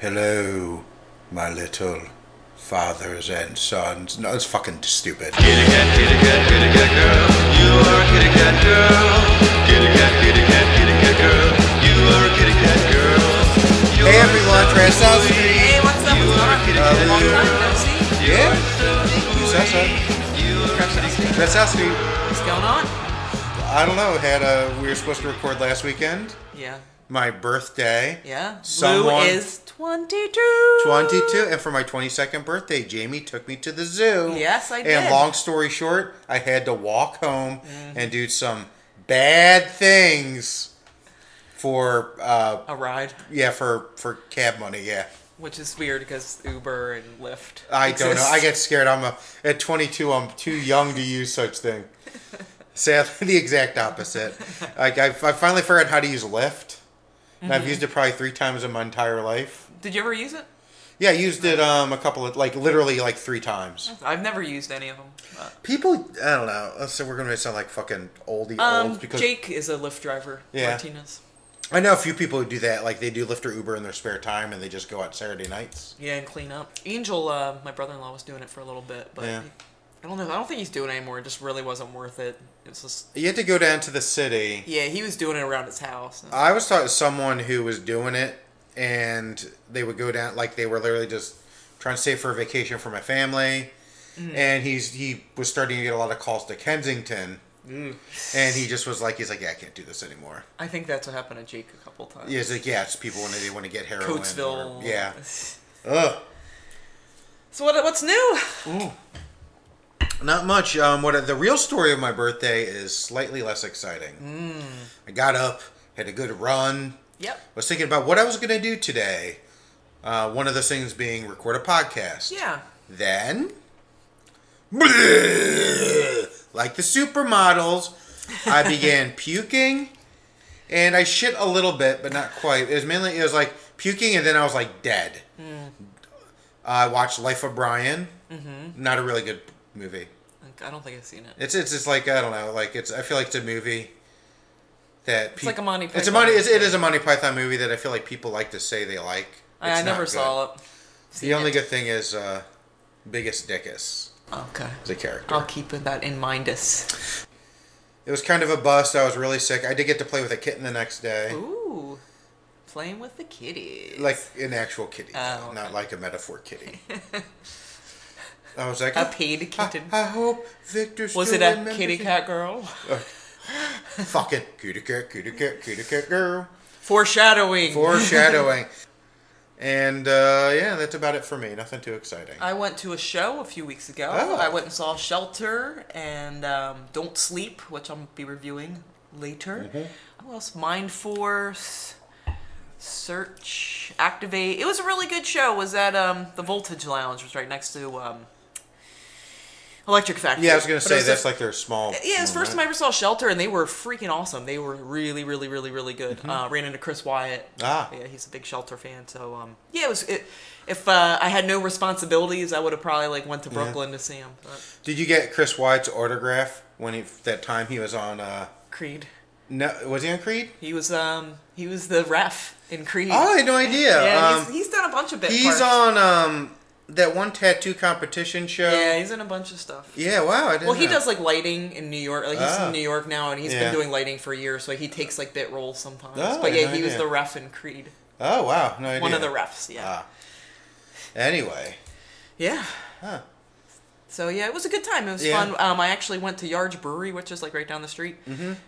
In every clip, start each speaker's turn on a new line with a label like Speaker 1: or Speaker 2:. Speaker 1: Hello, my little fathers and sons. No, it's fucking stupid.
Speaker 2: Kitty cat, kitty cat, kitty cat girl. You are a kitty cat girl. Kitty cat, kitty cat, kitty cat girl. You are a kitty cat girl. You
Speaker 1: Hey
Speaker 2: are
Speaker 1: everyone,
Speaker 2: so
Speaker 1: Trans South
Speaker 2: sweet.
Speaker 1: Street.
Speaker 3: Hey, what's up?
Speaker 2: You
Speaker 3: What's
Speaker 2: are a
Speaker 3: going
Speaker 2: kitty
Speaker 1: Uh,
Speaker 2: cat
Speaker 1: long
Speaker 2: girl.
Speaker 3: on? No see?
Speaker 2: You
Speaker 1: Yeah.
Speaker 2: are so
Speaker 1: You said so.
Speaker 2: sweet. You are a kitty cat
Speaker 1: Trans South Street.
Speaker 3: What's going on?
Speaker 1: I don't know. Had a we were supposed to record last weekend.
Speaker 3: Yeah.
Speaker 1: My birthday.
Speaker 3: Yeah. Lou
Speaker 1: Someone-
Speaker 3: is 22.
Speaker 1: 22, and for my 22nd birthday, Jamie took me to the zoo.
Speaker 3: Yes, I
Speaker 1: And
Speaker 3: did. Mm-hmm.
Speaker 1: long story short, I had to walk home and do some bad things for uh
Speaker 3: A ride,
Speaker 1: yeah for for cab money yeah
Speaker 3: which is weird because Uber and Lyft.
Speaker 1: I don't know.
Speaker 3: exist.
Speaker 1: I get scared. I'm a, at 22. I'm too young to use such thing. Sadly, the exact opposite. Like I, I finally figured out how to use Lyft. And I've used it probably three times in my entire life.
Speaker 3: Did you ever use it?
Speaker 1: Yeah, I used it um a couple of like literally like three times.
Speaker 3: I've never used any of them. but-
Speaker 1: People, I don't know. So we're gonna sound like fucking oldie
Speaker 3: Um,
Speaker 1: olds Oh, because
Speaker 3: Jake is a Lyft driver.
Speaker 1: Yeah.
Speaker 3: Martinez.
Speaker 1: I know a few people who do that. Like they do Lyft or Uber in their spare time, and they just go out Saturday nights.
Speaker 3: Yeah, and clean up. Angel, uh, my brother-in-law was doing it for a little bit, but
Speaker 1: Yeah.
Speaker 3: he- I don't know. I don't think he's doing it anymore. It just really wasn't worth it. It's just
Speaker 1: You had to go down to the city.
Speaker 3: yeah, he was doing it around his house. and-
Speaker 1: I was talking to someone who was doing it, and they would go down like they were literally just trying to save for a vacation for my family. And he's he was starting to get a lot of calls to Kensington, and he just was like, he's like, yeah, I can't do this anymore.
Speaker 3: I think that's what happened to Jake a couple times.
Speaker 1: Yeah, it's like yeah, it's people when they want to get heroin. or-
Speaker 3: Coatesville.
Speaker 1: yeah. Ugh.
Speaker 3: So what, what's new?
Speaker 1: Not much. Um, what the real story of my birthday is slightly less exciting. I got up, had a good run.
Speaker 3: Yep.
Speaker 1: Was thinking about what I was gonna do today. Uh, one of those things being record a podcast.
Speaker 3: Yeah.
Speaker 1: Then, like the supermodels, I began puking, and I shit a little bit, but not quite. It was mainly it was like puking, and then I was like dead.
Speaker 3: Hmm.
Speaker 1: I watched Life of Brian. Mm-hmm. Not a really good movie.
Speaker 3: Like, I don't think I've seen it.
Speaker 1: It's it's it's like I don't know. Like it's I feel like it's a movie that peop-
Speaker 3: like a Monty
Speaker 1: It's a
Speaker 3: Python
Speaker 1: Monty. It's, it
Speaker 3: movie.
Speaker 1: is a Monty Python movie that I feel like people like to say they like.
Speaker 3: I, I never saw it.
Speaker 1: The only good thing is uh, Biggest Dickus
Speaker 3: Okay.
Speaker 1: is a character.
Speaker 3: I'll keep that in mind. us.
Speaker 1: It was kind of a bust. I was really sick. I did get to play with a kitten the next day,
Speaker 3: Ooh. Playing with the kitties.
Speaker 1: like an actual kitty,
Speaker 3: Oh,
Speaker 1: not like a metaphor kitty. I was like,
Speaker 3: a
Speaker 1: "Oh,
Speaker 3: paid
Speaker 1: I,
Speaker 3: kitten.
Speaker 1: I hope Victor.
Speaker 3: Was
Speaker 1: still
Speaker 3: it a
Speaker 1: remembers
Speaker 3: kitty
Speaker 1: me."
Speaker 3: cat girl?
Speaker 1: Fucking kitty cat, kitty cat, kitty cat girl.
Speaker 3: Foreshadowing.
Speaker 1: Foreshadowing. and uh, yeah, that's about it for me. Nothing too exciting.
Speaker 3: I went to a show a few weeks ago.
Speaker 1: Oh.
Speaker 3: I went and saw Shelter and um, Don't Sleep, which I'll be reviewing later.
Speaker 1: Mm-hmm.
Speaker 3: What else? Mind Force, Search, Activate. It was a really good show. It was at um, the Voltage Lounge, which was right next to um, Electric Factory.
Speaker 1: yeah, I was gonna
Speaker 3: But it
Speaker 1: say
Speaker 3: was the-
Speaker 1: that's like their small.
Speaker 3: yeah, it's the first time I
Speaker 1: moment.
Speaker 3: ever saw Shelter, and they were freaking awesome. They were really, really, really, really good. Uh, ran into Chris Wyatt.
Speaker 1: Mm-hmm. Ah.
Speaker 3: yeah, he's a big Shelter fan. So, um, yeah, it was. It, if uh, I had no responsibilities, I would have probably like went to Brooklyn to see him. But
Speaker 1: Did you get Chris White's autograph when he that time he was on? Uh,
Speaker 3: Creed.
Speaker 1: no, was he on Creed?
Speaker 3: He was um he was the ref in Creed.
Speaker 1: Oh, I had no idea.
Speaker 3: yeah,
Speaker 1: um,
Speaker 3: he's, he's done a bunch of bit.
Speaker 1: he's,
Speaker 3: parts.
Speaker 1: on um that one tattoo competition show.
Speaker 3: Yeah, he's in a bunch of stuff.
Speaker 1: Yeah, wow. I didn't
Speaker 3: Well, he
Speaker 1: know.
Speaker 3: does like lighting in New York. Like he's
Speaker 1: Ah.
Speaker 3: in New York now, and he's
Speaker 1: Yeah.
Speaker 3: been doing lighting for years. So he takes like bit roles sometimes.
Speaker 1: Oh,
Speaker 3: but
Speaker 1: I had
Speaker 3: yeah,
Speaker 1: no
Speaker 3: he was
Speaker 1: idea.
Speaker 3: the ref in Creed.
Speaker 1: Oh wow, no idea.
Speaker 3: One of the refs. Yeah.
Speaker 1: Ah. Anyway,
Speaker 3: Yeah.
Speaker 1: Huh.
Speaker 3: So yeah, it was a good time. It was
Speaker 1: Yeah.
Speaker 3: fun. Um, I actually went to Yard's Brewery, which is like right down the street,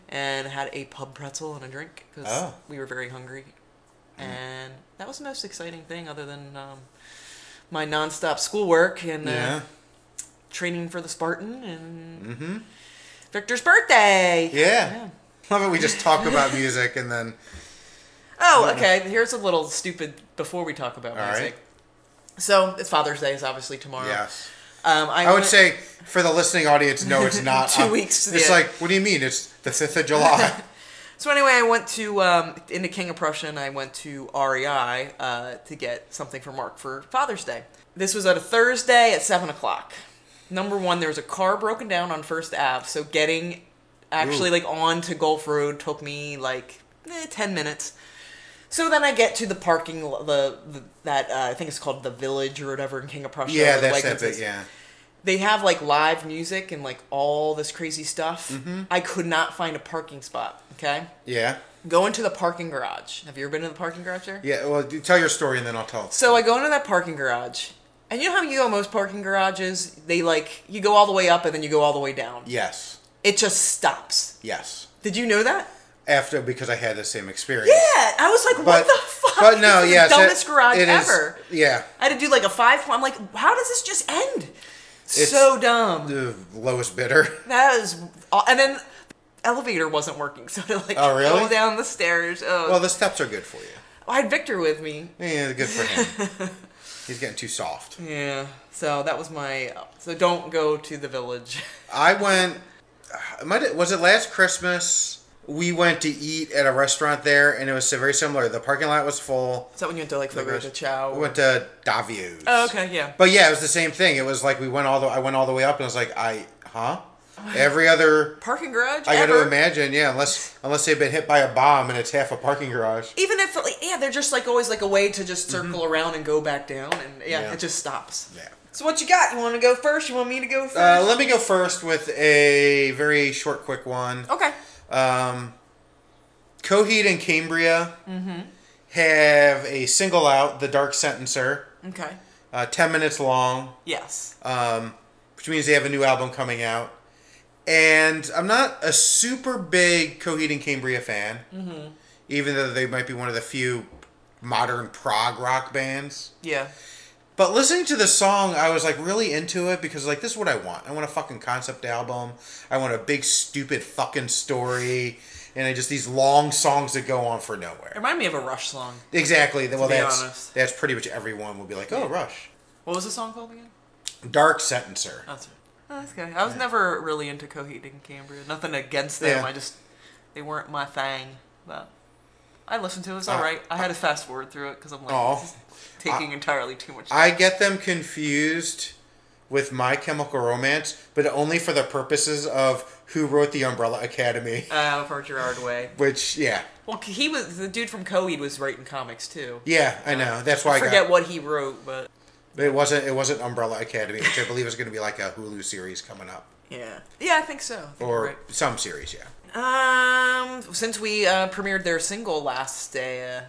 Speaker 3: and had a pub pretzel and a drink because
Speaker 1: Mm-hmm. Oh. Mm-hmm.
Speaker 3: we were very hungry. And that was the most exciting thing, other than um, my nonstop schoolwork and
Speaker 1: yeah, Mm-hmm.
Speaker 3: uh, training for the Spartan and Victor's birthday.
Speaker 1: yeah. Love it. We just talk about music and then
Speaker 3: Oh, okay. Here's a little stupid before we talk about
Speaker 1: All
Speaker 3: music.
Speaker 1: right.
Speaker 3: So it's Father's Day is obviously tomorrow.
Speaker 1: yes.
Speaker 3: Um, I,
Speaker 1: I would
Speaker 3: went-
Speaker 1: say for the listening audience, no, it's not.
Speaker 3: Two
Speaker 1: Um,
Speaker 3: weeks,
Speaker 1: It's
Speaker 3: yeah.
Speaker 1: like, what do you mean? It's the fifth of July.
Speaker 3: So anyway, I went to um, into King of Prussia and I went to REI uh, to get something for Mark for Father's Day. This was on a Thursday at seven o'clock. Number one, there was a car broken down on First Ave, so getting actually
Speaker 1: Ooh.
Speaker 3: like on to Gulf Road took me like eh, ten minutes. So then I get to the parking, lo- the, the that uh, I think it's called the Village or whatever in King of Prussia.
Speaker 1: Yeah,
Speaker 3: where
Speaker 1: that's
Speaker 3: Wegmans
Speaker 1: that bit.
Speaker 3: is.
Speaker 1: Yeah.
Speaker 3: They have like live music and like all this crazy stuff.
Speaker 1: Mm-hmm.
Speaker 3: I could not find a parking spot. Okay,
Speaker 1: Yeah.
Speaker 3: go into the parking garage. Have you ever been to the parking garage there?
Speaker 1: Yeah. Well, you tell your story and then I'll tell.
Speaker 3: So I go into that parking garage, and you know how you go in most parking garages? They like you go all the way up and then you go all the way down.
Speaker 1: Yes.
Speaker 3: It just stops.
Speaker 1: Yes.
Speaker 3: Did you know that?
Speaker 1: After because I had the same experience.
Speaker 3: Yeah, I was like,
Speaker 1: But
Speaker 3: what the fuck?
Speaker 1: but no,
Speaker 3: this is
Speaker 1: yes,
Speaker 3: the
Speaker 1: it-
Speaker 3: dumbest garage
Speaker 1: it is-
Speaker 3: ever.
Speaker 1: yeah.
Speaker 3: I had to do like a five. I'm like, how does this just end?
Speaker 1: It's-
Speaker 3: so dumb.
Speaker 1: The lowest bidder.
Speaker 3: That is, aw- and then elevator wasn't working, so I had to like
Speaker 1: Oh, really?
Speaker 3: go down the stairs. Oh,
Speaker 1: Well, the steps are good for you.
Speaker 3: I had Victor with me.
Speaker 1: Yeah, good for him. He's getting too soft.
Speaker 3: Yeah, so that was my. So don't go to the village.
Speaker 1: I went. I Might have- was it last Christmas? We went to eat at a restaurant there, and it was very similar. The parking lot was full.
Speaker 3: Is that when you went to like the Rosa Chow?
Speaker 1: We went to Davio's.
Speaker 3: Oh, okay, yeah.
Speaker 1: But yeah, it was the same thing. It was like we went all the I went all the way up, and I was like, I huh? Every other
Speaker 3: parking garage.
Speaker 1: I got
Speaker 3: ever.
Speaker 1: to imagine, yeah, unless unless they've been hit by a bomb and it's half a parking garage.
Speaker 3: Even if, like, yeah, they're just like always like a way to just circle around and go back down, and yeah,
Speaker 1: Mm-hmm. Yeah.
Speaker 3: it just stops.
Speaker 1: Yeah.
Speaker 3: So what you got? You want to go first? You want me to go first?
Speaker 1: Uh, let me go first with a very short, quick one.
Speaker 3: okay.
Speaker 1: Um, Coheed and Cambria have a single out, "The Dark Sentencer,"
Speaker 3: Okay.
Speaker 1: uh, ten minutes long,
Speaker 3: Yes.
Speaker 1: um, which means they have a new album coming out. And I'm not a super big Coheed and Cambria fan, even though they might be one of the few modern prog rock bands.
Speaker 3: yeah.
Speaker 1: But listening to the song, I was like really into it because like this is what I want. I want a fucking concept album. I want a big stupid fucking story, and I just these long songs that go on for
Speaker 3: It
Speaker 1: nowhere.
Speaker 3: reminded me of a Rush song.
Speaker 1: Exactly. Well,
Speaker 3: be
Speaker 1: that's
Speaker 3: honest.
Speaker 1: that's pretty much everyone will be like, oh, Rush,
Speaker 3: What was the song called again?
Speaker 1: Dark Sentencer.
Speaker 3: That's oh, that's good. I was never really into Coheed and Cambria. Nothing against them.
Speaker 1: Yeah.
Speaker 3: I just they weren't my thing. But I listened to it. It was
Speaker 1: Uh,
Speaker 3: all right. I had to fast forward through it because I'm like
Speaker 1: Aw.
Speaker 3: this is taking entirely too much. time.
Speaker 1: I get them confused with My Chemical Romance, but only for the purposes of who wrote the Umbrella Academy.
Speaker 3: Uh, for Gerard Way.
Speaker 1: Which, yeah,
Speaker 3: Well, he was the dude from Coheed was writing comics too.
Speaker 1: yeah, I know. That's why I,
Speaker 3: I
Speaker 1: got.
Speaker 3: forget what he wrote, but
Speaker 1: It wasn't. It wasn't Umbrella Academy, which I believe is going to be like a Hulu series coming up,
Speaker 3: yeah, yeah, I think so. I think
Speaker 1: or
Speaker 3: you're
Speaker 1: some series. Yeah.
Speaker 3: right. um, since we uh, premiered their single last day, uh,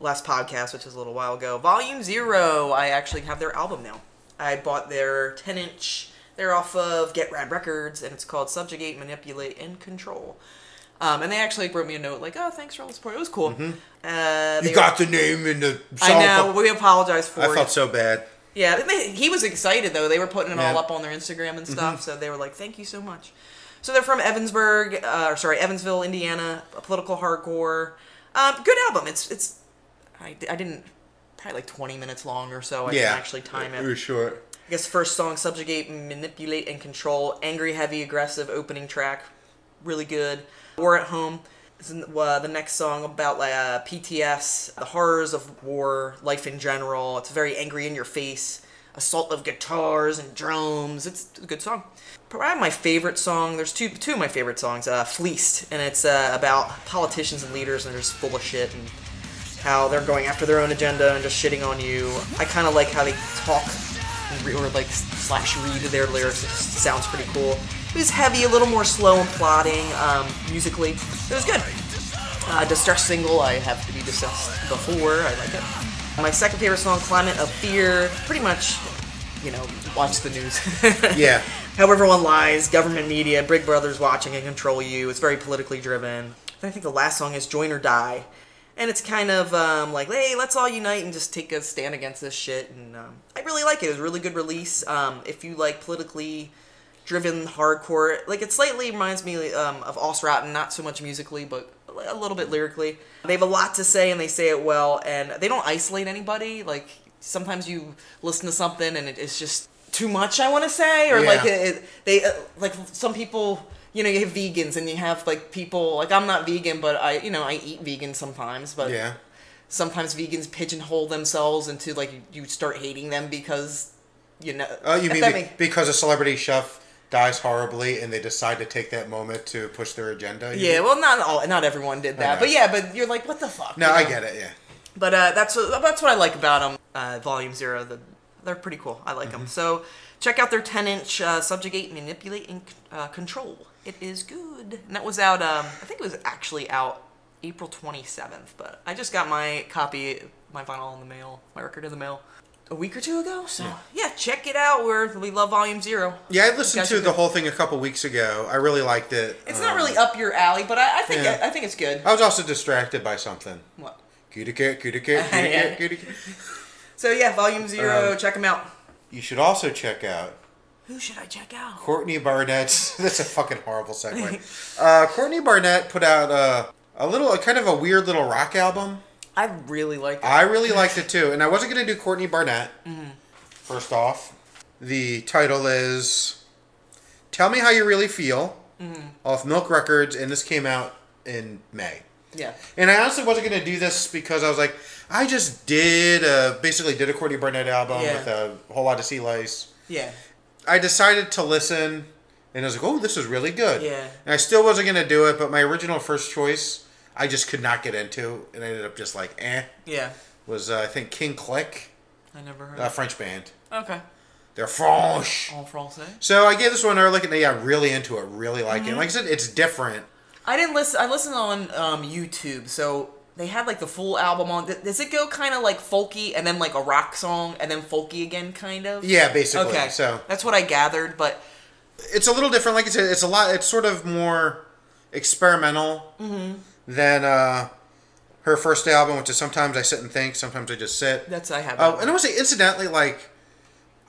Speaker 3: last podcast, which was a little while ago, Volume Zero. I actually have their album now. I bought their ten inch. They're off of Get Rad Records, and it's called Subjugate, Manipulate, and Control. Um, and they actually wrote me a note like, "Oh, thanks for all the support. It was cool." Uh,
Speaker 1: Mm-hmm. You
Speaker 3: they-
Speaker 1: got the name in the song.
Speaker 3: I know. We apologize for.
Speaker 1: I
Speaker 3: it.
Speaker 1: felt so bad.
Speaker 3: Yeah, they, he was excited though. They were putting it all
Speaker 1: Yeah. Mm-hmm.
Speaker 3: up on their Instagram and stuff, so they were like, "Thank you so much." So they're from Evansburg, uh, or sorry, Evansville, Indiana. A political hardcore, um, good album. It's it's, I, I didn't probably like twenty minutes long or so.
Speaker 1: yeah.
Speaker 3: I didn't actually time
Speaker 1: It was
Speaker 3: it.
Speaker 1: short.
Speaker 3: I guess first song subjugate, manipulate, and control. Angry, heavy, aggressive opening track, really good. War at home. This is, uh, the next song about uh, PTS, the horrors of war, life in general. It's very angry in your face. Assault of guitars and drums. It's a good song. Probably my favorite song. There's two two of my favorite songs. Uh, Fleeced, and it's uh, about politicians and leaders, and they're just full of shit and how they're going after their own agenda and just shitting on you. I kind of like how they talk and re- or like slash read their lyrics. It just sounds pretty cool. It was heavy, a little more slow and plodding um, musically. It was good. Uh, distress single, I have to be distressed before. I like it. My second favorite song, Climate of Fear, pretty much, you know, watch the news.
Speaker 1: Yeah.
Speaker 3: how everyone lies, government media, Big Brother's watching and control you. It's very politically driven. And I think the last song is Join or Die. And it's kind of um, like, hey, let's all unite and just take a stand against this shit. And um, I really like it. It was a really good release. Um, if you like politically driven hardcore, like it slightly reminds me um, of Allsrotten, not so much musically, but a little bit lyrically. They have a lot to say and they say it well. And they don't isolate anybody. Like sometimes you listen to something and it, it's just too much. I want to say, or
Speaker 1: Yeah.
Speaker 3: like it, it- they uh, like some people you know you have vegans and you have like people like i'm not vegan but i you know i eat vegan sometimes but
Speaker 1: Yeah.
Speaker 3: sometimes vegans pigeonhole themselves into like you, you start hating them because you know
Speaker 1: Oh, you
Speaker 3: if
Speaker 1: mean
Speaker 3: that
Speaker 1: be-
Speaker 3: make-
Speaker 1: because a celebrity chef dies horribly and they decide to take that moment to push their agenda. you
Speaker 3: Yeah,
Speaker 1: know?
Speaker 3: well, not all, not everyone did that,
Speaker 1: know.
Speaker 3: but yeah, but you're like, what the fuck?
Speaker 1: No,
Speaker 3: you
Speaker 1: I
Speaker 3: know?
Speaker 1: get it. Yeah.
Speaker 3: But uh, that's that's what I like about them. Uh, Volume Zero, the, they're pretty cool. I like them. So check out their 10 inch uh, Subjugate, Manipulate, and uh, Control. It is good. And that was out. Um, I think it was actually out April 27th. But I just got my copy, my vinyl in the mail, my record in the mail. A week or two ago, so yeah, check it out. We're, we love Volume Zero.
Speaker 1: Yeah, I listened
Speaker 3: Guys
Speaker 1: to
Speaker 3: are
Speaker 1: the whole thing a couple weeks ago. I really liked it.
Speaker 3: It's
Speaker 1: Um,
Speaker 3: not really up your alley, but I, I think
Speaker 1: Yeah.
Speaker 3: I, think it's good.
Speaker 1: I was also distracted by something.
Speaker 3: What?
Speaker 1: Kitty cat, kitty cat, kitty cat, kitty cat.
Speaker 3: So yeah, Volume Zero.
Speaker 1: Um,
Speaker 3: check them out.
Speaker 1: You should also check out
Speaker 3: Who should I check out?
Speaker 1: Courtney Barnett's. That's a fucking horrible segue. Uh, Courtney Barnett put out a, a little, a kind of a weird little rock album.
Speaker 3: I really like. That.
Speaker 1: I really liked it too, and I wasn't gonna do Courtney Barnett. First off, the title is "Tell Me How You Really Feel" off Milk Records, and this came out in May.
Speaker 3: Yeah.
Speaker 1: And I honestly wasn't gonna do this because I was like, I just did a, basically did a Courtney Barnett album
Speaker 3: Yeah.
Speaker 1: with a whole lot of sea lice.
Speaker 3: Yeah.
Speaker 1: I decided to listen, and I was like, oh, this is really good.
Speaker 3: Yeah.
Speaker 1: And I still wasn't gonna do it, but my original first choice, I just could not get into, and I ended up just like, eh
Speaker 3: Yeah.
Speaker 1: was uh, I think King Click,
Speaker 3: I never heard.
Speaker 1: a French band.
Speaker 3: okay.
Speaker 1: They're French.
Speaker 3: En français.
Speaker 1: So I gave this one a look and yeah, really into it, really like
Speaker 3: Mm-hmm.
Speaker 1: it. Like I said, it's different.
Speaker 3: I didn't listen. I listened on um, YouTube, so they had like the full album on. Th- Does it go kind of like folky and then like a rock song and then folky again, kind of?
Speaker 1: Yeah, basically.
Speaker 3: Okay.
Speaker 1: So
Speaker 3: that's what I gathered, but
Speaker 1: it's a little different. Like I said, it's a lot. It's sort of more experimental
Speaker 3: Mm-hmm.
Speaker 1: than uh, her first album, which is sometimes I sit and think, sometimes I just sit.
Speaker 3: that's I have.
Speaker 1: Oh, and I want to say, incidentally, like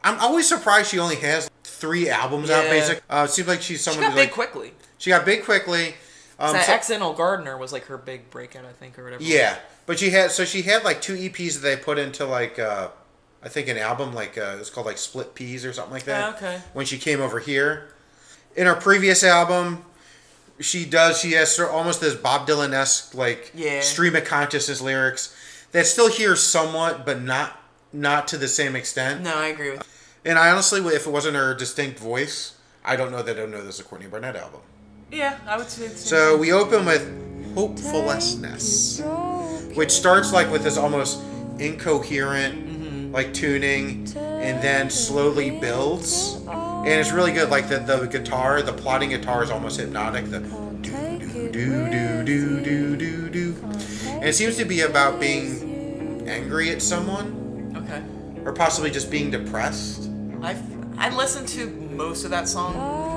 Speaker 1: I'm always surprised she only has three albums out.
Speaker 3: Yeah.
Speaker 1: Basic. Uh, it seems like she's
Speaker 3: she
Speaker 1: someone
Speaker 3: got
Speaker 1: who's
Speaker 3: big
Speaker 1: like
Speaker 3: quickly.
Speaker 1: she got big quickly. Um,
Speaker 3: that
Speaker 1: so-
Speaker 3: accidental gardener was like her big breakout, I think, or whatever.
Speaker 1: Yeah, but she had so she had like two EPs that they put into like uh, I think an album like uh, it was called like Split Peas or something like that.
Speaker 3: Ah, okay.
Speaker 1: When she came over here, in her previous album, she does she has sort of almost this Bob Dylan esque like
Speaker 3: Yeah.
Speaker 1: stream of consciousness lyrics that still hears somewhat, but not not to the same extent.
Speaker 3: No, I agree with.
Speaker 1: And I honestly, if it wasn't her distinct voice, I don't know that I don't know this is a Courtney Barnett album.
Speaker 3: Yeah, I would say. it's-
Speaker 1: So we open with hopefulness, which starts like with this almost incoherent like tuning, and then slowly builds, and it's really good. Like the the guitar, the plotting guitar is almost hypnotic. The do do do do do do do, and it seems to be about being angry at someone,
Speaker 3: Okay.
Speaker 1: or possibly just being depressed.
Speaker 3: I I listened to most of that song,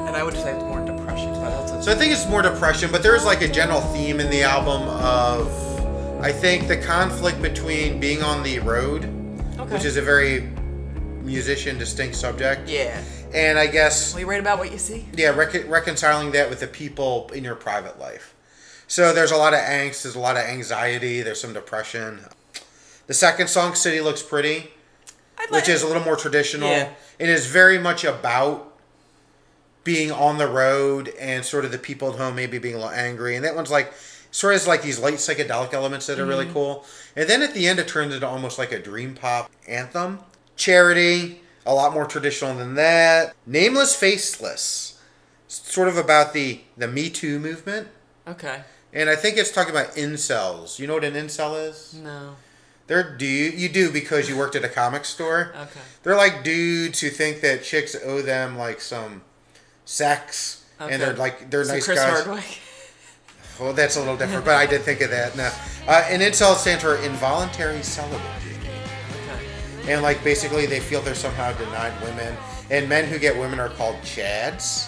Speaker 3: and I would just have more depression. But that's
Speaker 1: So I think it's more depression, but there's like a general theme in the album of I think the conflict between being on the road,
Speaker 3: okay.
Speaker 1: which is a very musician distinct subject,
Speaker 3: yeah.
Speaker 1: and I guess
Speaker 3: Well, you write about what you see.
Speaker 1: yeah, rec- reconciling that with the people in your private life. So there's a lot of angst, there's a lot of anxiety, there's some depression. The second song, City Looks Pretty,
Speaker 3: I'd
Speaker 1: which
Speaker 3: like-
Speaker 1: is a little more traditional.
Speaker 3: Yeah.
Speaker 1: It is very much about being on the road and sort of the people at home maybe being a little angry. And that one's like sort of has like these light psychedelic elements that are
Speaker 3: Mm-hmm.
Speaker 1: really cool. And then at the end, it turns into almost like a dream pop anthem. Charity, a lot more traditional than that. Nameless Faceless, sort of about the the Me Too movement.
Speaker 3: okay.
Speaker 1: And I think it's talking about incels. You know what an incel is?
Speaker 3: No.
Speaker 1: They're dude. You do because you worked at a comic store.
Speaker 3: Okay.
Speaker 1: They're like dudes who think that chicks owe them like some sex,
Speaker 3: Okay.
Speaker 1: and they're like they're
Speaker 3: So
Speaker 1: nice
Speaker 3: Chris
Speaker 1: guys.
Speaker 3: Hardwick.
Speaker 1: Well, that's a little different, but I did think of that. No, uh, and incel stands for involuntary celibate,
Speaker 3: Okay.
Speaker 1: and like basically they feel they're somehow denied women, and men who get women are called chads,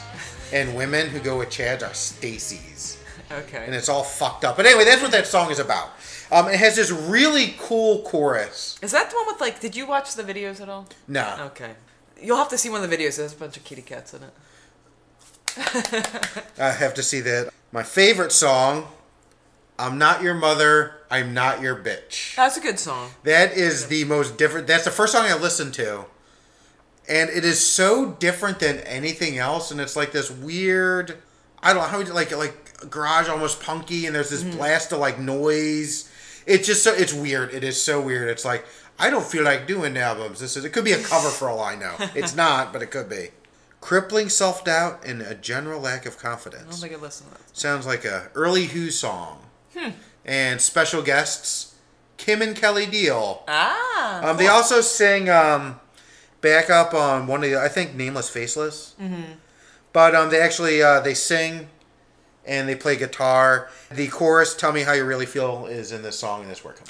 Speaker 1: and women who go with chads are Stacy's
Speaker 3: Okay.
Speaker 1: and it's all fucked up. But anyway, that's what that song is about. Um, it has this really cool chorus.
Speaker 3: is that the one with like? Did you watch the videos at all?
Speaker 1: No.
Speaker 3: Okay. You'll have to see one of the videos. There's a bunch of kitty cats in it.
Speaker 1: I have to see that. My favorite song, I'm Not Your Mother, I'm Not Your Bitch.
Speaker 3: That's a good song.
Speaker 1: That is the most different. That's the first song I listened to. And it is so different than anything else. And it's like this weird, I don't know how would you like it, like garage almost punky. And there's this blast of like noise. It's just so, it's weird. It is so weird. It's like, I don't feel like doing albums. This is, it could be a cover for all I know. It's not, but it could be. crippling self doubt, and a general lack of confidence.
Speaker 3: I don't think I listened to that.
Speaker 1: Sounds like a early Who song. And special guests Kim and Kelly Deal.
Speaker 3: Ah.
Speaker 1: Um, they also sing um, back up on one of the I think Nameless Faceless. Mm-hmm. But um, they actually uh, they sing and they play guitar. The chorus "Tell Me How You Really Feel" is in this song in this work.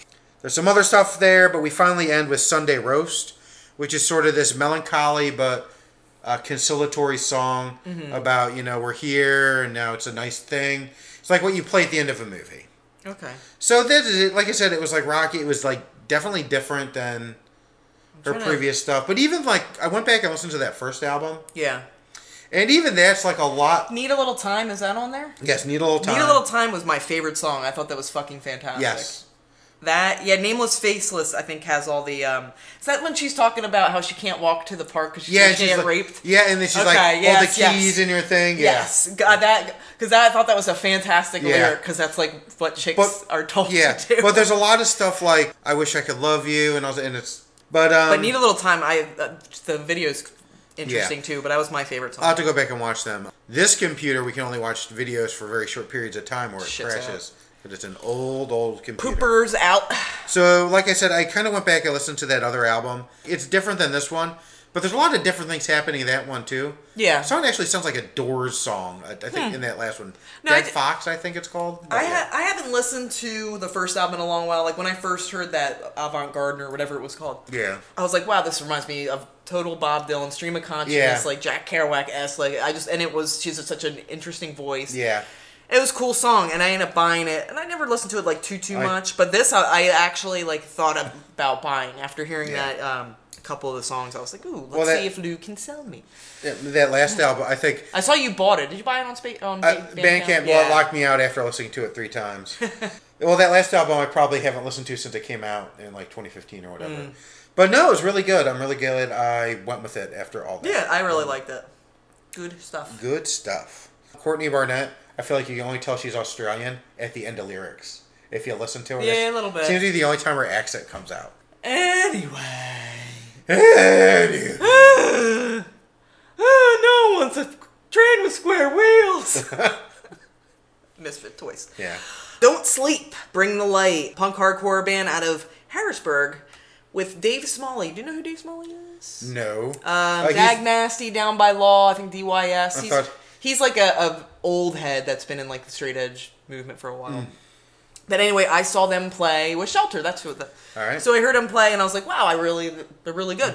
Speaker 1: There's some other stuff there, but we finally end with Sunday Roast, which is sort of this melancholy but uh, conciliatory song about you know we're here and now it's a nice thing. It's like what you play at the end of a movie.
Speaker 3: okay.
Speaker 1: So this is it. Like I said, it was like Rocky. It was like definitely different than her
Speaker 3: trying to-
Speaker 1: previous stuff. But even like I went back and listened to that first album,
Speaker 3: Yeah.
Speaker 1: and even that's like a lot.
Speaker 3: Need a little time. Is that on there?
Speaker 1: Yes, need a little time.
Speaker 3: Need a little time was my favorite song. I thought that was fucking fantastic.
Speaker 1: Yes,
Speaker 3: That yeah, nameless faceless. I think has all the. um Is that when she's talking about how she can't walk to the park because she's
Speaker 1: yeah.
Speaker 3: yeah,
Speaker 1: And she's
Speaker 3: get
Speaker 1: like,
Speaker 3: raped?
Speaker 1: Yeah, and then she's like,
Speaker 3: Okay,
Speaker 1: all
Speaker 3: yes,
Speaker 1: the
Speaker 3: yes.
Speaker 1: keys in your thing. Yeah.
Speaker 3: Yes, God, that because that I thought that was a fantastic
Speaker 1: Yeah.
Speaker 3: lyric because that's like what chicks
Speaker 1: But-
Speaker 3: are told
Speaker 1: Yeah,
Speaker 3: to do.
Speaker 1: but there's a lot of stuff like I wish I could love you, and also, and it's but um,
Speaker 3: but need a little time. I uh, the video's interesting
Speaker 1: Yeah.
Speaker 3: too, but that was my favorite song.
Speaker 1: I'll have to go back and watch them. This computer, we can only watch videos for very short periods of time where it
Speaker 3: Shit's out.
Speaker 1: crashes. But it's an old, old computer.
Speaker 3: Poopers out.
Speaker 1: So, like I said, I kind of went back and listened to that other album. It's different than this one, but there's a lot of different things happening in that one too.
Speaker 3: Yeah.
Speaker 1: The
Speaker 3: Hmm.
Speaker 1: song actually sounds like a Doors song. I, I think in that last one,
Speaker 3: No, I
Speaker 1: Dead
Speaker 3: d-
Speaker 1: Fox, I think it's called. But
Speaker 3: I
Speaker 1: yeah.
Speaker 3: ha- I haven't listened to the first album in a long while. Like when I first heard that avant garde or whatever it was called,
Speaker 1: yeah,
Speaker 3: I was like, wow, this reminds me of total Bob Dylan, stream of consciousness,
Speaker 1: Yeah.
Speaker 3: like Jack Kerouac esque. Like I just and it was she's such an interesting voice.
Speaker 1: yeah.
Speaker 3: It was a cool song, and I ended up buying it. And I never listened to it like too too
Speaker 1: I-
Speaker 3: much, but this I, I actually like thought about buying after hearing
Speaker 1: Yeah.
Speaker 3: that um, couple of the songs. I was like, ooh, let's
Speaker 1: Well, that-
Speaker 3: see if Lou can sell me.
Speaker 1: Yeah, That
Speaker 3: Hmm.
Speaker 1: last album, I think
Speaker 3: I saw you bought it. Did you buy it on Spa- on
Speaker 1: uh,
Speaker 3: Ba-
Speaker 1: Bandcamp
Speaker 3: Yeah.
Speaker 1: locked me out after listening to it three times. well, that last album I probably haven't listened to since it came out in like 2015 or whatever.
Speaker 3: Hmm.
Speaker 1: But no, it was really good. I'm really glad I went with it after all that.
Speaker 3: Yeah, I really
Speaker 1: um,
Speaker 3: liked it. Good stuff.
Speaker 1: Good stuff. Courtney Barnett, I feel like you can only tell she's Australian at the end of lyrics. If you listen to her,
Speaker 3: Yeah,
Speaker 1: it's-
Speaker 3: a little bit.
Speaker 1: Seems to be the only time her accent comes out.
Speaker 3: Anyway.
Speaker 1: Anyway.
Speaker 3: Ah, no one's a train with square wheels. Misfit toys.
Speaker 1: yeah.
Speaker 3: Don't sleep. Bring the light. Punk hardcore band out of Harrisburg with Dave Smalley. Do you know who Dave Smalley is?
Speaker 1: No.
Speaker 3: Um,
Speaker 1: Like,
Speaker 3: Dag
Speaker 1: Uh, he's-
Speaker 3: Nasty, Down by Law. I think DYS.
Speaker 1: I
Speaker 3: He's
Speaker 1: thought-
Speaker 3: he's like a, a old head that's been in like the straight edge movement for a while.
Speaker 1: Hmm.
Speaker 3: But anyway, I saw them play with Shelter. That's who. The,
Speaker 1: All right. Mm-hmm.
Speaker 3: So I heard them play, and I was like, "Wow, I really, they're really good."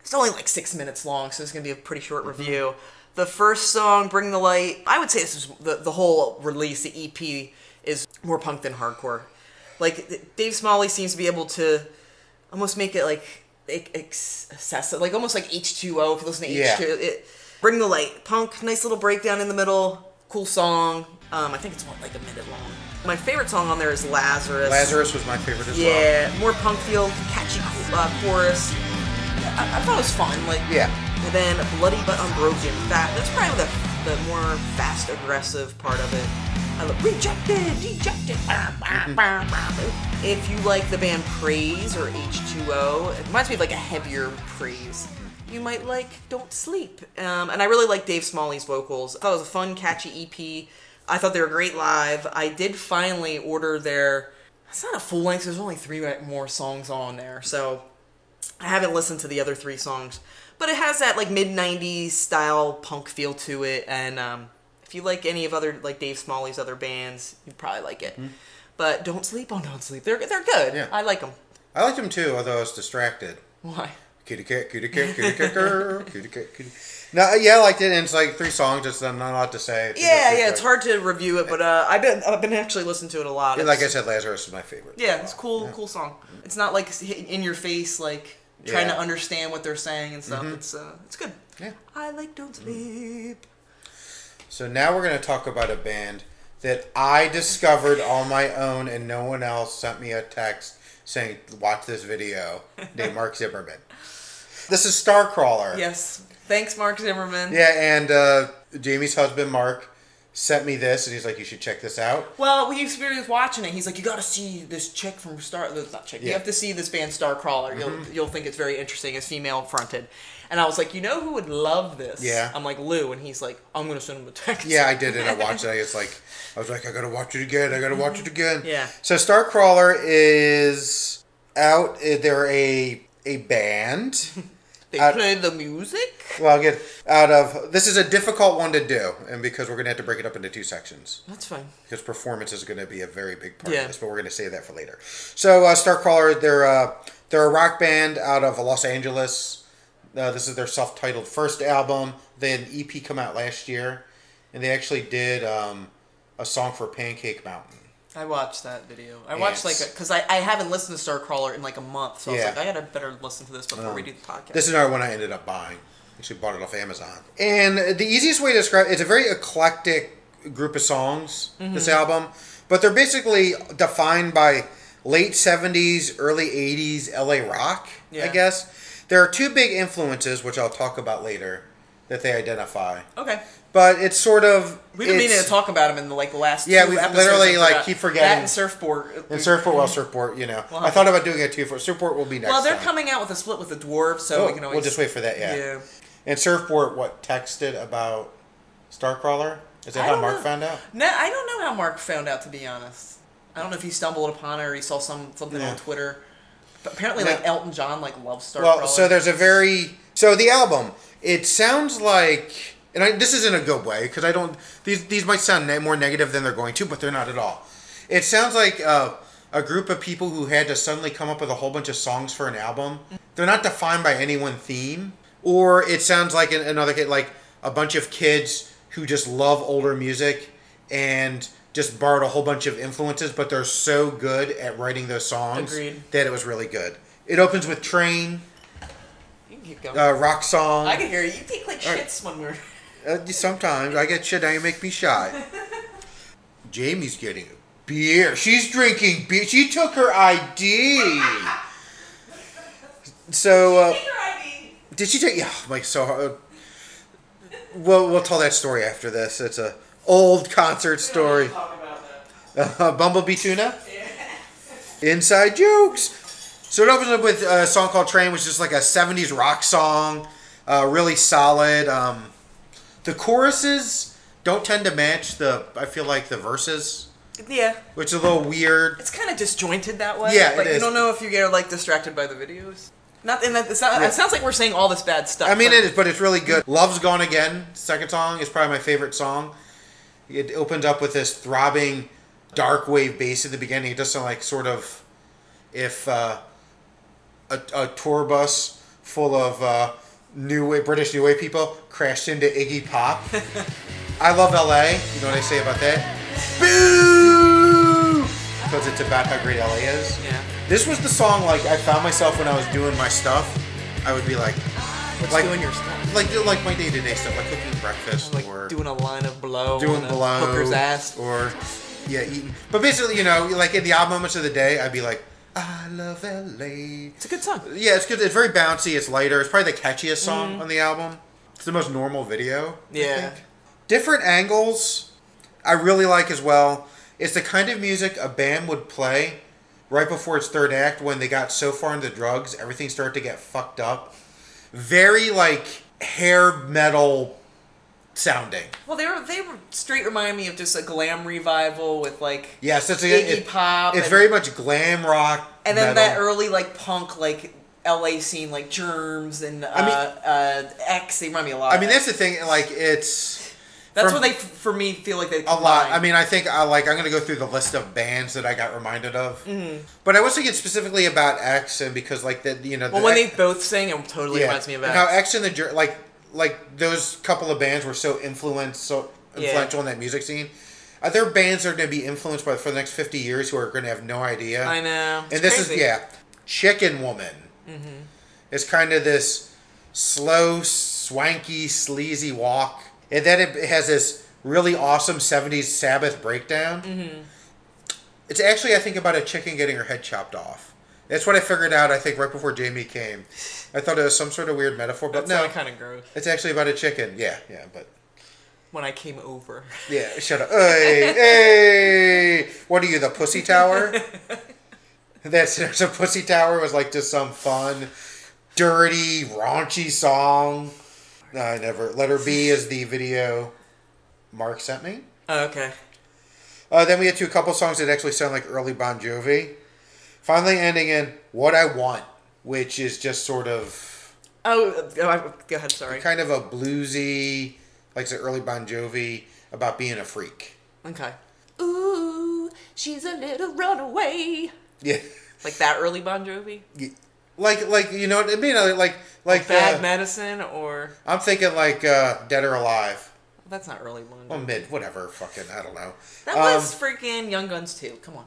Speaker 3: It's only like six minutes long, so it's gonna be a pretty short review. The first song, "Bring the Light," I would say this is the the whole release, the EP, is more punk than hardcore. Like th- Dave Smalley seems to be able to almost make it like ac- ex- accessible, like almost like H two O. If you listen to
Speaker 1: Yeah.
Speaker 3: H two, it bring the light, punk, nice little breakdown in the middle, cool song. Um, I think it's what, like a minute long. My favorite song on there is Lazarus.
Speaker 1: Lazarus was my favorite as well.
Speaker 3: Yeah, more punk feel, catchy uh, chorus. I, I thought it was fun. Like
Speaker 1: Yeah.
Speaker 3: and then Bloody But Unbroken. That that's probably the the more fast aggressive part of it. I love rejected, dejected. ah, bah, bah, bah. If you like the band Praise or H2O, it reminds me of like a heavier Praise. You might like Don't Sleep. Um, and I really like Dave Smalley's vocals. I thought it was a fun, catchy EP. I thought they were great live. I did finally order their. It's not a full length. There's only three more songs on there, so I haven't listened to the other three songs, but it has that like mid '90s style punk feel to it. And um, if you like any of other like Dave Smalley's other bands, you'd probably like it. But don't sleep on Don't Sleep. They're they're good.
Speaker 1: Mm-hmm. Yeah.
Speaker 3: I like them.
Speaker 1: I liked him too, although I was distracted.
Speaker 3: Why?
Speaker 1: Kitty cat, kitty cat, kitty cat, girl, kitty cat, kitty. No, yeah, I liked it, and it's like three songs. It's not a lot to say.
Speaker 3: Yeah, yeah. It's
Speaker 1: hard.
Speaker 3: hard to review it, but uh, I've been I've been actually listening to it a lot.
Speaker 1: Like I
Speaker 3: It's-
Speaker 1: said, Lazarus is my favorite.
Speaker 3: yeah, it's cool, cool song. It's not like in your face, like trying to
Speaker 1: Yeah. Mm-hmm.
Speaker 3: understand what they're saying and stuff. It's uh, it's good.
Speaker 1: Yeah.
Speaker 3: I like Don't Sleep.
Speaker 1: So now we're going to talk about a band that I discovered on my own, and no one else sent me a text saying, "Watch this video." Named Mark Zimmerman. This is Starcrawler.
Speaker 3: Yes. Thanks, Mark Zimmerman.
Speaker 1: Yeah, and uh, Jamie's husband Mark sent me this, and he's like, "You should check this out."
Speaker 3: Well, we experienced watching it. He's like, you got to see this chick from Star. Not chick. You
Speaker 1: Yeah. Mm-hmm.
Speaker 3: have to see this band Starcrawler. You'll you'll think it's very interesting. It's female fronted. And I was like, you know who would love this?
Speaker 1: Yeah.
Speaker 3: I'm like Lou, and he's like, I'm gonna send him a text.
Speaker 1: Yeah, I did it. I watched it. It's like I was like, I gotta watch it again. I gotta watch it again.
Speaker 3: Yeah.
Speaker 1: So Starcrawler is out. Uh, They're a a band.
Speaker 3: They
Speaker 1: I-
Speaker 3: play the music.
Speaker 1: well, I'll get out of this is a difficult one to do, and because we're gonna have to break it up into two sections
Speaker 3: That's fine.
Speaker 1: because performance is gonna be a very big part
Speaker 3: Yeah.
Speaker 1: of this, but we're gonna save that for later. So uh, Starcrawler, they're uh, they're a rock band out of Los Angeles. Uh, this is their self-titled first album. They had an EP come out last year, and they actually did um, a song for Pancake Mountain.
Speaker 3: I watched that video. I watched like
Speaker 1: Yes.
Speaker 3: because I, I haven't listened to Starcrawler in like a month, so I was
Speaker 1: Yeah. Uh-huh.
Speaker 3: like, I gotta better listen to this before we do the podcast.
Speaker 1: This is another one I ended up buying. Actually, bought it off Amazon. And the easiest way to describe it's a very eclectic group of songs.
Speaker 3: Mm-hmm.
Speaker 1: This album, but they're basically defined by late '70s, early '80s LA rock.
Speaker 3: Yeah.
Speaker 1: I guess there are two big influences, which I'll talk about later, that they identify.
Speaker 3: okay.
Speaker 1: But it's sort of
Speaker 3: We've been meaning
Speaker 1: it's-
Speaker 3: to talk about him in the like the last
Speaker 1: Yeah,
Speaker 3: two
Speaker 1: we
Speaker 3: episodes.
Speaker 1: literally,
Speaker 3: I
Speaker 1: like,
Speaker 3: forgot.
Speaker 1: keep forgetting.
Speaker 3: that and surfboard.
Speaker 1: and surfboard. Well, surfboard. You know,
Speaker 3: We'll
Speaker 1: I
Speaker 3: have
Speaker 1: thought about doing a two for surfboard. Will be next.
Speaker 3: Well, they're
Speaker 1: time.
Speaker 3: coming out with a split with the dwarves, so
Speaker 1: Oh,
Speaker 3: we can always
Speaker 1: we'll just wait for that.
Speaker 3: Yeah.
Speaker 1: And Surfport, what texted about Starcrawler? Is that
Speaker 3: I
Speaker 1: how
Speaker 3: don't
Speaker 1: Mark
Speaker 3: know.
Speaker 1: found out?
Speaker 3: No, I don't know how Mark found out. To be honest, I don't know if he stumbled upon it or he saw some something
Speaker 1: Yeah.
Speaker 3: on Twitter. But apparently,
Speaker 1: No.
Speaker 3: like Elton John, like loves Star.
Speaker 1: Well,
Speaker 3: Crawler.
Speaker 1: so there's a very so the album. It sounds like, and I, this isn't a good way because I don't. These these might sound ne- more negative than they're going to, but they're not at all. It sounds like uh, a group of people who had to suddenly come up with a whole bunch of songs for an album. They're not defined by any one theme, or it sounds like an, another kid, like a bunch of kids who just love older music and just borrowed a whole bunch of influences, but they're so good at writing those songs
Speaker 3: Agreed.
Speaker 1: that it was really good. It opens with Train
Speaker 3: you can keep going.
Speaker 1: uh, rock song.
Speaker 3: I can hear you. You take like
Speaker 1: Alright.
Speaker 3: shits when we're.
Speaker 1: Uh, sometimes I get shit. Now you make me shy. Jamie's getting a beer. She's drinking beer. She took her ID. So uh, did she take? Yeah, like so. Uh, we'll we'll tell that story after this. It's a old concert story. Uh, Bumblebee tuna. Inside jokes. So it opens up with a song called Train, which is like a 70s rock song. Uh, really solid. Um, the choruses don't tend to match the, I feel like, the verses,
Speaker 3: Yeah,
Speaker 1: which is a little weird.
Speaker 3: it's kind of disjointed that way.
Speaker 1: Yeah, it
Speaker 3: but you
Speaker 1: is.
Speaker 3: don't know if you get like distracted by the videos. Not and that, it's not,
Speaker 1: Yeah.
Speaker 3: it sounds like we're saying all this bad stuff.
Speaker 1: I mean,
Speaker 3: but
Speaker 1: it is, but it's really good. Love's Gone Again, second song, is probably my favorite song. It opens up with this throbbing dark wave bass at the beginning. It does sound like sort of if uh, a, a tour bus full of uh, new wave, British new wave people crashed into Iggy Pop. I love LA. You know what I say about that? Boo! Because it's about how great LA is.
Speaker 3: Yeah.
Speaker 1: This was the song like I found myself when I was doing my stuff. I would be like,
Speaker 3: What's
Speaker 1: like-
Speaker 3: doing your stuff?
Speaker 1: like like my day to day stuff, like cooking breakfast
Speaker 3: Like
Speaker 1: or
Speaker 3: doing a line of blow,
Speaker 1: doing
Speaker 3: on a
Speaker 1: blow
Speaker 3: hooker's ass.
Speaker 1: or yeah, eating. But basically, you know, like in the odd moments of the day, I'd be like, I love LA.
Speaker 3: It's a good song.
Speaker 1: Yeah, it's good. It's very bouncy. It's lighter. It's probably the catchiest song
Speaker 3: Mm-hmm.
Speaker 1: on the album. It's the most normal video. I
Speaker 3: Yeah.
Speaker 1: think. Different angles, I really like as well. It's the kind of music a band would play right before its third act when they got so far into drugs, everything started to get fucked up. Very like hair metal sounding.
Speaker 3: Well, they were they were straight remind me of just a glam revival with like
Speaker 1: Yes, it's a,
Speaker 3: Iggy
Speaker 1: it-
Speaker 3: Pop
Speaker 1: It's
Speaker 3: and-
Speaker 1: very much glam rock.
Speaker 3: and then
Speaker 1: metal.
Speaker 3: that early like punk like L.A. scene like Germs and uh,
Speaker 1: mean-
Speaker 3: uh, X. They remind me a lot.
Speaker 1: I
Speaker 3: of
Speaker 1: mean,
Speaker 3: that.
Speaker 1: that's the thing. Like, it's
Speaker 3: that's
Speaker 1: from-
Speaker 3: where they f- for me feel like they
Speaker 1: a lot. I mean, I think I like. I'm gonna go through the list of bands that I got reminded of.
Speaker 3: Mm-hmm.
Speaker 1: But I was thinking specifically about X, and because like that, you know, the
Speaker 3: well, when they
Speaker 1: X-
Speaker 3: both sing, it totally
Speaker 1: yeah,
Speaker 3: reminds me of
Speaker 1: and
Speaker 3: X.
Speaker 1: how X and the Jer- like like those couple of bands were so influenced, so
Speaker 3: Yeah.
Speaker 1: influential in that music scene. Are there bands that are gonna be influenced by for the next 50 years who are gonna have no idea?
Speaker 3: I know. It's
Speaker 1: and this is
Speaker 3: crazy. Mm-hmm.
Speaker 1: yeah, Chicken Woman. It's kind of this slow, swanky, sleazy walk, and then it has this really awesome '70s Sabbath breakdown.
Speaker 3: Mm-hmm.
Speaker 1: It's actually, I think, about a chicken getting her head chopped off. That's what I figured out. I think right before Jamie came, I thought it was some sort of weird metaphor, but
Speaker 3: That's
Speaker 1: no,
Speaker 3: kind of gross.
Speaker 1: it's actually about a chicken. Yeah, yeah, but
Speaker 3: when I came over.
Speaker 1: Yeah, shut up. Hey, hey. What are you, the pussy tower? That's there's a pussy tower was like just some fun, dirty, raunchy song. No, I never. Letter B is the video Mark sent me.
Speaker 3: Okay.
Speaker 1: Uh, then we get to a couple songs that actually sound like early Bon Jovi. Finally, ending in "What I Want," which is just sort of
Speaker 3: Oh, uh, go ahead- go ahead. Sorry.
Speaker 1: kind of a bluesy, like the early Bon Jovi about being a freak.
Speaker 3: Okay. Ooh, she's a little runaway.
Speaker 1: Yeah.
Speaker 3: Like that early Bon Jovi.
Speaker 1: Like, like you know, I mean, like, like
Speaker 3: Bad
Speaker 1: uh,
Speaker 3: medicine, or
Speaker 1: I'm thinking like uh, Dead or Alive.
Speaker 3: that's not early Bon Jovi.
Speaker 1: Well, mid, whatever. Fucking, I don't know.
Speaker 3: that
Speaker 1: Um,
Speaker 3: was freaking Young Guns too. Come on.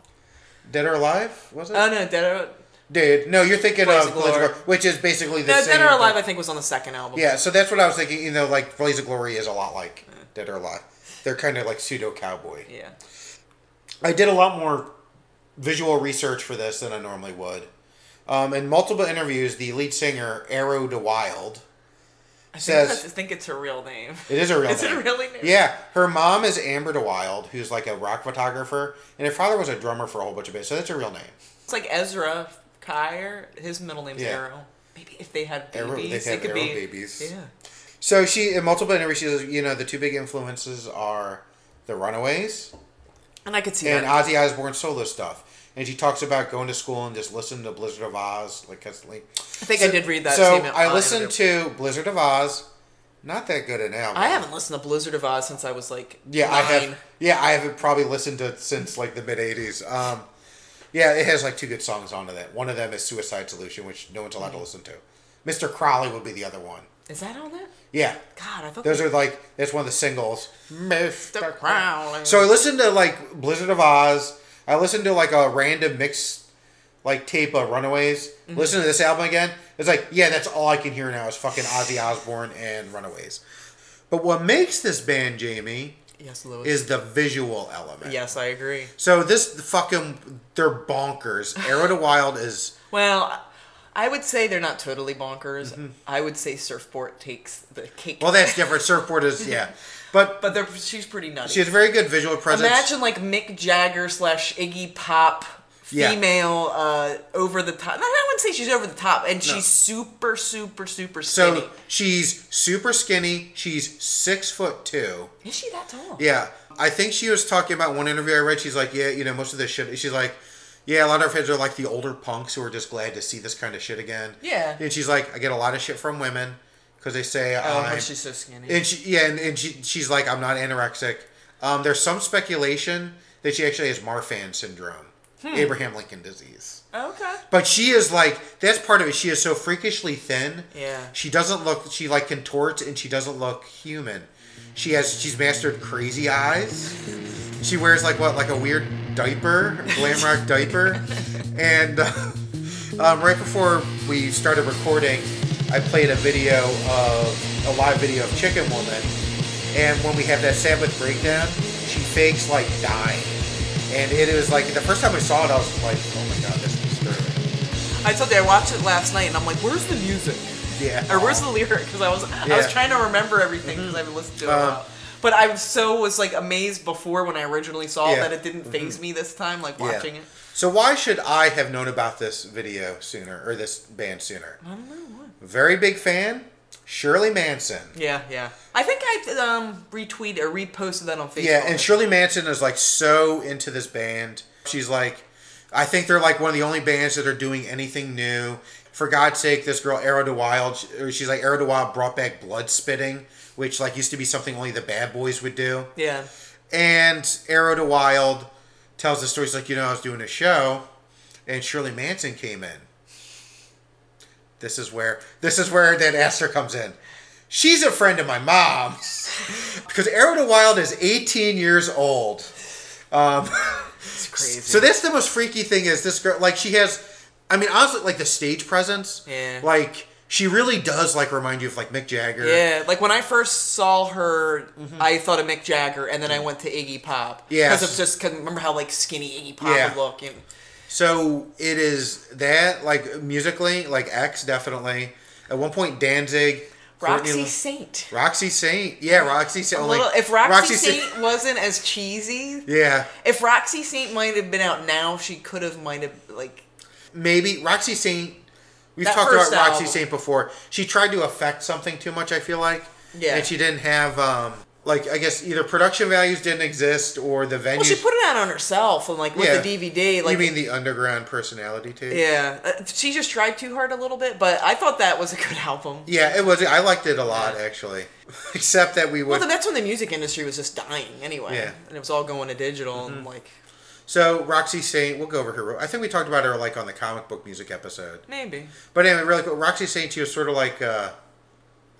Speaker 1: Dead or Alive. Was it?
Speaker 3: Oh no, Dead or,
Speaker 1: Dude, no, you're thinking
Speaker 3: Blaze
Speaker 1: of
Speaker 3: of
Speaker 1: Blaze of
Speaker 3: Glory.
Speaker 1: Glory, which is basically the
Speaker 3: no,
Speaker 1: same.
Speaker 3: Dead or Alive,
Speaker 1: but-
Speaker 3: I think was on the second album.
Speaker 1: yeah, so that's what I was thinking. You know, like Blaze of Glory is a lot like Dead or Alive. They're kind of like pseudo cowboy.
Speaker 3: Yeah.
Speaker 1: I did a lot more visual research for this than I normally would. Um, in multiple interviews, the lead singer Arrow DeWild
Speaker 3: I think,
Speaker 1: says
Speaker 3: that's- I think it's her real name.
Speaker 1: It is a real
Speaker 3: Is it
Speaker 1: name.
Speaker 3: really name?
Speaker 1: Yeah. Her mom is Amber DeWild, who's like a rock photographer, and her father was a drummer for a whole bunch of bands, so that's a real name.
Speaker 3: It's like Ezra Kyer. His middle name's
Speaker 1: Yeah.
Speaker 3: Arrow. Maybe if they had babies,
Speaker 1: Arrow- they
Speaker 3: it
Speaker 1: had
Speaker 3: could
Speaker 1: Arrow
Speaker 3: be
Speaker 1: babies.
Speaker 3: Yeah.
Speaker 1: So she, in multiple interviews, she says, you know, the two big influences are the Runaways
Speaker 3: And I could see
Speaker 1: and
Speaker 3: that.
Speaker 1: Ozzy Osbourne solo stuff. And she talks about going to school and just listening to Blizzard of Oz, like constantly.
Speaker 3: I think I did read that.
Speaker 1: So
Speaker 3: same, uh,
Speaker 1: I listened
Speaker 3: interview.
Speaker 1: to Blizzard of Oz. Not that good an album.
Speaker 3: I haven't listened to Blizzard of Oz since I was like
Speaker 1: Yeah,
Speaker 3: nine.
Speaker 1: I have. Yeah, I haven't probably listened to it since like the mid '80s. Um, yeah, it has like two good songs on that. One of them is "Suicide Solution," which no one's allowed
Speaker 3: Mm-hmm.
Speaker 1: to listen to. Mr. Crowley would be the other one.
Speaker 3: Is that on that?
Speaker 1: Yeah,
Speaker 3: God, I thought
Speaker 1: those
Speaker 3: we-
Speaker 1: are like that's one of the singles. Mr.
Speaker 3: Crowley.
Speaker 1: So I listened to like Blizzard of Oz. I listened to like a random mix, like tape of Runaways.
Speaker 3: Mm-hmm.
Speaker 1: Listen to this album again. It's like yeah, that's all I can hear now is fucking Ozzy Osbourne and Runaways. But what makes this band, Jamie?
Speaker 3: yes, Louis.
Speaker 1: is the visual element.
Speaker 3: yes, I agree.
Speaker 1: So this fucking they're bonkers. Arrow to Wild is
Speaker 3: Well, I would say they're not totally bonkers. I would say Surfboard takes the cake.
Speaker 1: Mm-hmm. well, that's different. Surfboard is yeah, but
Speaker 3: but they're, she's pretty nutty.
Speaker 1: she has a very good visual presence.
Speaker 3: Imagine like Mick Jagger slash Iggy Pop,
Speaker 1: Yeah.
Speaker 3: female, uh, over the top. No, I wouldn't say she's over the top, and she's super, super, super
Speaker 1: so
Speaker 3: skinny.
Speaker 1: she's super skinny. She's six foot two.
Speaker 3: Is she that tall?
Speaker 1: Yeah, I think she was talking about one interview I read. She's like, yeah, you know, most of this shit. She's like. Yeah, a lot of her fans are like the older punks who are just glad to see this kind of shit again.
Speaker 3: Yeah.
Speaker 1: and she's like, I get a lot of shit from women because they say
Speaker 3: Oh,
Speaker 1: I'm
Speaker 3: she's so skinny.
Speaker 1: And she, yeah, and, and she, she's like, I'm not anorexic. Um, there's some speculation that she actually has Marfan syndrome, Abraham Lincoln disease.
Speaker 3: okay.
Speaker 1: But she is like, that's part of it. She is so freakishly thin.
Speaker 3: Yeah.
Speaker 1: She doesn't look, she like contorts and she doesn't look human. She has, she's mastered crazy eyes. She wears like what, like a weird diaper, glam rock diaper. And uh, um, right before we started recording, I played a video of, a live video of Chicken Woman. And when we have that Sabbath breakdown, she fakes like dying. And it was like, the first time I saw it, I was like, oh my god, this is disturbing.
Speaker 3: I told you I watched it last night, and I'm like, "Where's the music?
Speaker 1: Yeah.
Speaker 3: Or where's the lyric?" Because I was I
Speaker 1: Yeah.
Speaker 3: was trying to remember everything because I haven't listened to it. in a
Speaker 1: Uh,
Speaker 3: while. But I so was like amazed before when I originally saw it
Speaker 1: Yeah. Mm-hmm.
Speaker 3: that it didn't phase me this time, like
Speaker 1: Yeah.
Speaker 3: watching it.
Speaker 1: So why should I have known about this video sooner or this band sooner?
Speaker 3: I don't know why.
Speaker 1: Very big fan, Shirley Manson.
Speaker 3: Yeah, yeah. I think I um retweeted or reposted that on Facebook.
Speaker 1: Yeah, and Shirley Manson is like so into this band. She's like, I think they're like one of the only bands that are doing anything new. For God's sake, this girl Arrow to Wild, sh- or she's like Arrow to Wild brought back blood spitting, which like used to be something only the bad boys would do.
Speaker 3: Yeah.
Speaker 1: And Arrow to Wild tells the story. She's like, you know, I was doing a show, and Shirley Manson came in. This is where this is where that Esther comes in. She's a friend of my mom's because Arrow to Wild is 18 years old.
Speaker 3: It's crazy.
Speaker 1: So that's the most freaky thing is this girl. Like she has, I mean, honestly, like the stage presence.
Speaker 3: Yeah.
Speaker 1: Like she really does like remind you of like Mick Jagger.
Speaker 3: yeah, like when I first saw her,
Speaker 1: Mm-hmm.
Speaker 3: I thought of Mick Jagger, and then I went to Iggy Pop.
Speaker 1: Yes.
Speaker 3: because of just cause remember how like skinny Iggy Pop
Speaker 1: Yeah.
Speaker 3: would look, and
Speaker 1: So it is that like musically, like X definitely. At one point, Danzig
Speaker 3: Roxy
Speaker 1: Courtney Love-
Speaker 3: Saint.
Speaker 1: Roxy Saint. Yeah, Roxy Saint. like,
Speaker 3: Little- if Roxy, Saint,
Speaker 1: Saint-
Speaker 3: wasn't as cheesy,
Speaker 1: Yeah,
Speaker 3: if Roxy Saint might have been out now, she could have might have like
Speaker 1: maybe Roxy Saint. We've
Speaker 3: That
Speaker 1: talked about
Speaker 3: first
Speaker 1: Roxy
Speaker 3: album.
Speaker 1: Saint before. She tried to affect something too much. I feel like.
Speaker 3: Yeah.
Speaker 1: And she didn't have um like I guess either production values didn't exist or the venue.
Speaker 3: Well, she put it out on herself and like with
Speaker 1: Yeah.
Speaker 3: the DVD. Like,
Speaker 1: you mean the underground personality tape?
Speaker 3: yeah, Uh, she just tried too hard a little bit, but I thought that was a good album.
Speaker 1: Yeah, it was. I liked it a lot actually. Except that we would.
Speaker 3: Well, that's when the music industry was just dying anyway,
Speaker 1: Yeah. Mm-hmm.
Speaker 3: and it was all going to digital and like
Speaker 1: so Roxy Saint, we'll go over her. real- I think we talked about her like on the comic book music episode.
Speaker 3: maybe.
Speaker 1: But anyway, really cool. Roxy Saint, she was sort of like uh,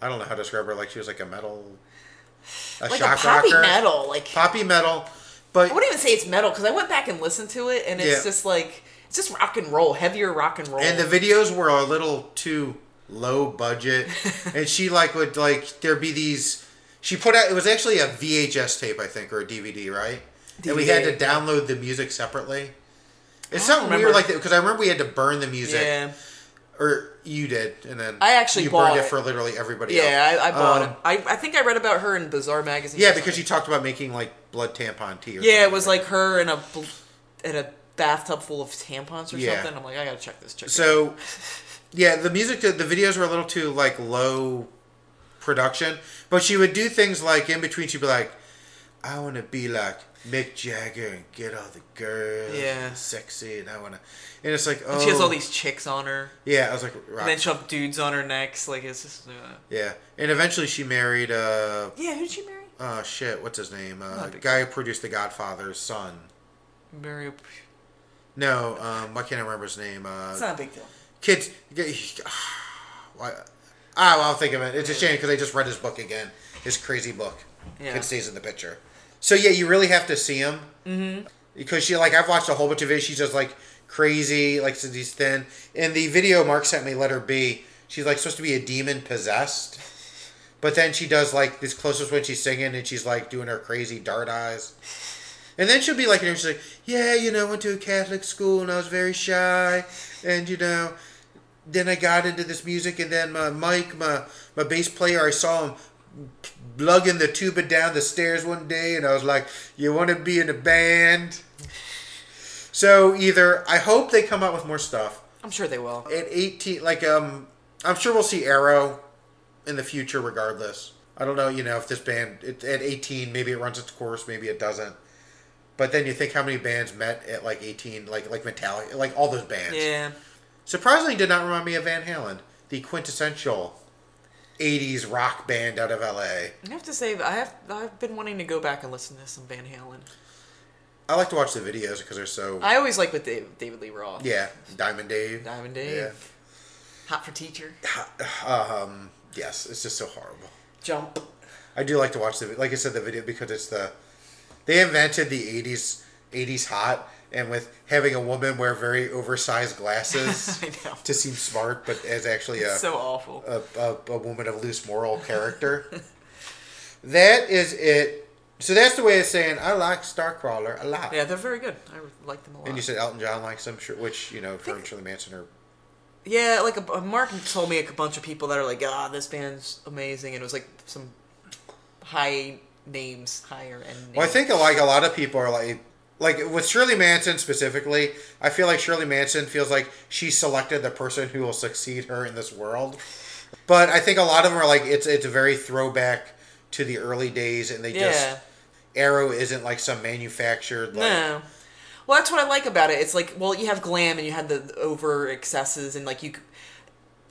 Speaker 1: I don't know how to describe her. Like she was like a metal, a
Speaker 3: Like
Speaker 1: shock
Speaker 3: a poppy
Speaker 1: rocker,
Speaker 3: metal, like
Speaker 1: poppy metal. But
Speaker 3: I wouldn't even say it's metal because I went back and listened to it, and it's
Speaker 1: Yeah.
Speaker 3: just like it's just rock and roll, heavier rock and roll.
Speaker 1: and the videos were a little too low budget, and she like would like there'd be these. She put out it was actually a VHS tape, I think, or a DVD, right? And we had to
Speaker 3: DVD,
Speaker 1: download the music separately. It's
Speaker 3: I don't
Speaker 1: something weird
Speaker 3: remember.
Speaker 1: like that because I remember we had to burn the music,
Speaker 3: yeah,
Speaker 1: or you did, and then
Speaker 3: I actually
Speaker 1: you
Speaker 3: bought
Speaker 1: burned it.
Speaker 3: it.
Speaker 1: for literally everybody.
Speaker 3: yeah,
Speaker 1: else.
Speaker 3: I, I bought
Speaker 1: Um,
Speaker 3: it. I, I think I read about her in Bizarre magazine.
Speaker 1: Yeah,
Speaker 3: or
Speaker 1: because you
Speaker 3: something.
Speaker 1: talked about making like blood tampon tea. Or
Speaker 3: yeah, it
Speaker 1: something
Speaker 3: was like her in a bl- in a bathtub full of tampons or
Speaker 1: Yeah.
Speaker 3: something. I'm like, I gotta check this chick. out.
Speaker 1: so. Yeah, the music, the videos were a little too like low production, but she would do things like in between. She'd be like, "I want to be like Mick Jagger and get all the girls,
Speaker 3: Yeah.
Speaker 1: and sexy," and I want to. And it's like, oh,
Speaker 3: And she has all these chicks on her.
Speaker 1: Yeah, I was like,
Speaker 3: And then
Speaker 1: right.
Speaker 3: she'll have dudes on her necks. Like it's just uh...
Speaker 1: yeah, and eventually she married. uh
Speaker 3: yeah. Who did she marry?
Speaker 1: Oh shit! What's his name? Uh,
Speaker 3: Not big-
Speaker 1: guy who produced The Godfather's son.
Speaker 3: Mary.
Speaker 1: No, um, why can't I remember his name? Uh,
Speaker 3: It's not a big deal.
Speaker 1: kids. Why? Ah, well, I'll think of it. It's a shame because I just read his book again. His crazy book.
Speaker 3: Yeah.
Speaker 1: Kid stays in the picture. So yeah, you really have to see him mm-hmm. because she like I've watched a whole bunch of videos. She's just like crazy, like since he's thin. In the video Mark sent me, let her be. She's like supposed to be a demon possessed, but then she does like this closest when she's singing and she's like doing her crazy dart eyes. And then she'll be like, you know, she's like, yeah, you know, I went to a Catholic school and I was very shy, and you know, then I got into this music, and then my Mike, my my bass player, I saw him lugging the tuba down the stairs one day, and I was like, "You want to be in a band?" So either I hope they come out with more stuff
Speaker 3: I'm sure they will.
Speaker 1: at eighteen. Like um, I'm sure we'll see Arrow in the future, regardless. I don't know, you know, if this band it, at 18, maybe it runs its course, maybe it doesn't. But then you think how many bands met at like 18, like like Metallica, like all those bands
Speaker 3: Yeah.
Speaker 1: surprisingly did not remind me of Van Halen, the quintessential 80s rock band out of LA.
Speaker 3: I have to say, I have I've been wanting to go back and listen to some Van Halen.
Speaker 1: I like to watch the videos because they're so.
Speaker 3: I always like with David, David Lee Roth.
Speaker 1: yeah, Diamond Dave.
Speaker 3: Diamond Dave. Hot for teacher.
Speaker 1: Yeah. Um, yes, it's just so horrible.
Speaker 3: Jump.
Speaker 1: I do like to watch the like I said the video because it's the they invented the 80s 80s hot and with having a woman wear very oversized glasses
Speaker 3: I know.
Speaker 1: to seem smart but as actually a
Speaker 3: So awful.
Speaker 1: a, a, a woman of loose moral character. that is it. So that's the way of saying I like Starcrawler a lot.
Speaker 3: Yeah, they're very good. I like them a lot.
Speaker 1: And you said Elton John likes them, sure, which you know, her and Shirley Manson are.
Speaker 3: yeah, like a, Mark told me a bunch of people that are like, ah, this band's amazing, and it was like some high names, higher end. Names.
Speaker 1: Well, I think like a lot of people are like, like with Shirley Manson specifically. I feel like Shirley Manson feels like she selected the person who will succeed her in this world. But I think a lot of them are like it's it's a very throwback to the early days, and they
Speaker 3: yeah.
Speaker 1: just Arrow isn't like some manufactured like
Speaker 3: No. Well, that's what I like about it. It's like, well, you have glam and you had the over excesses and like you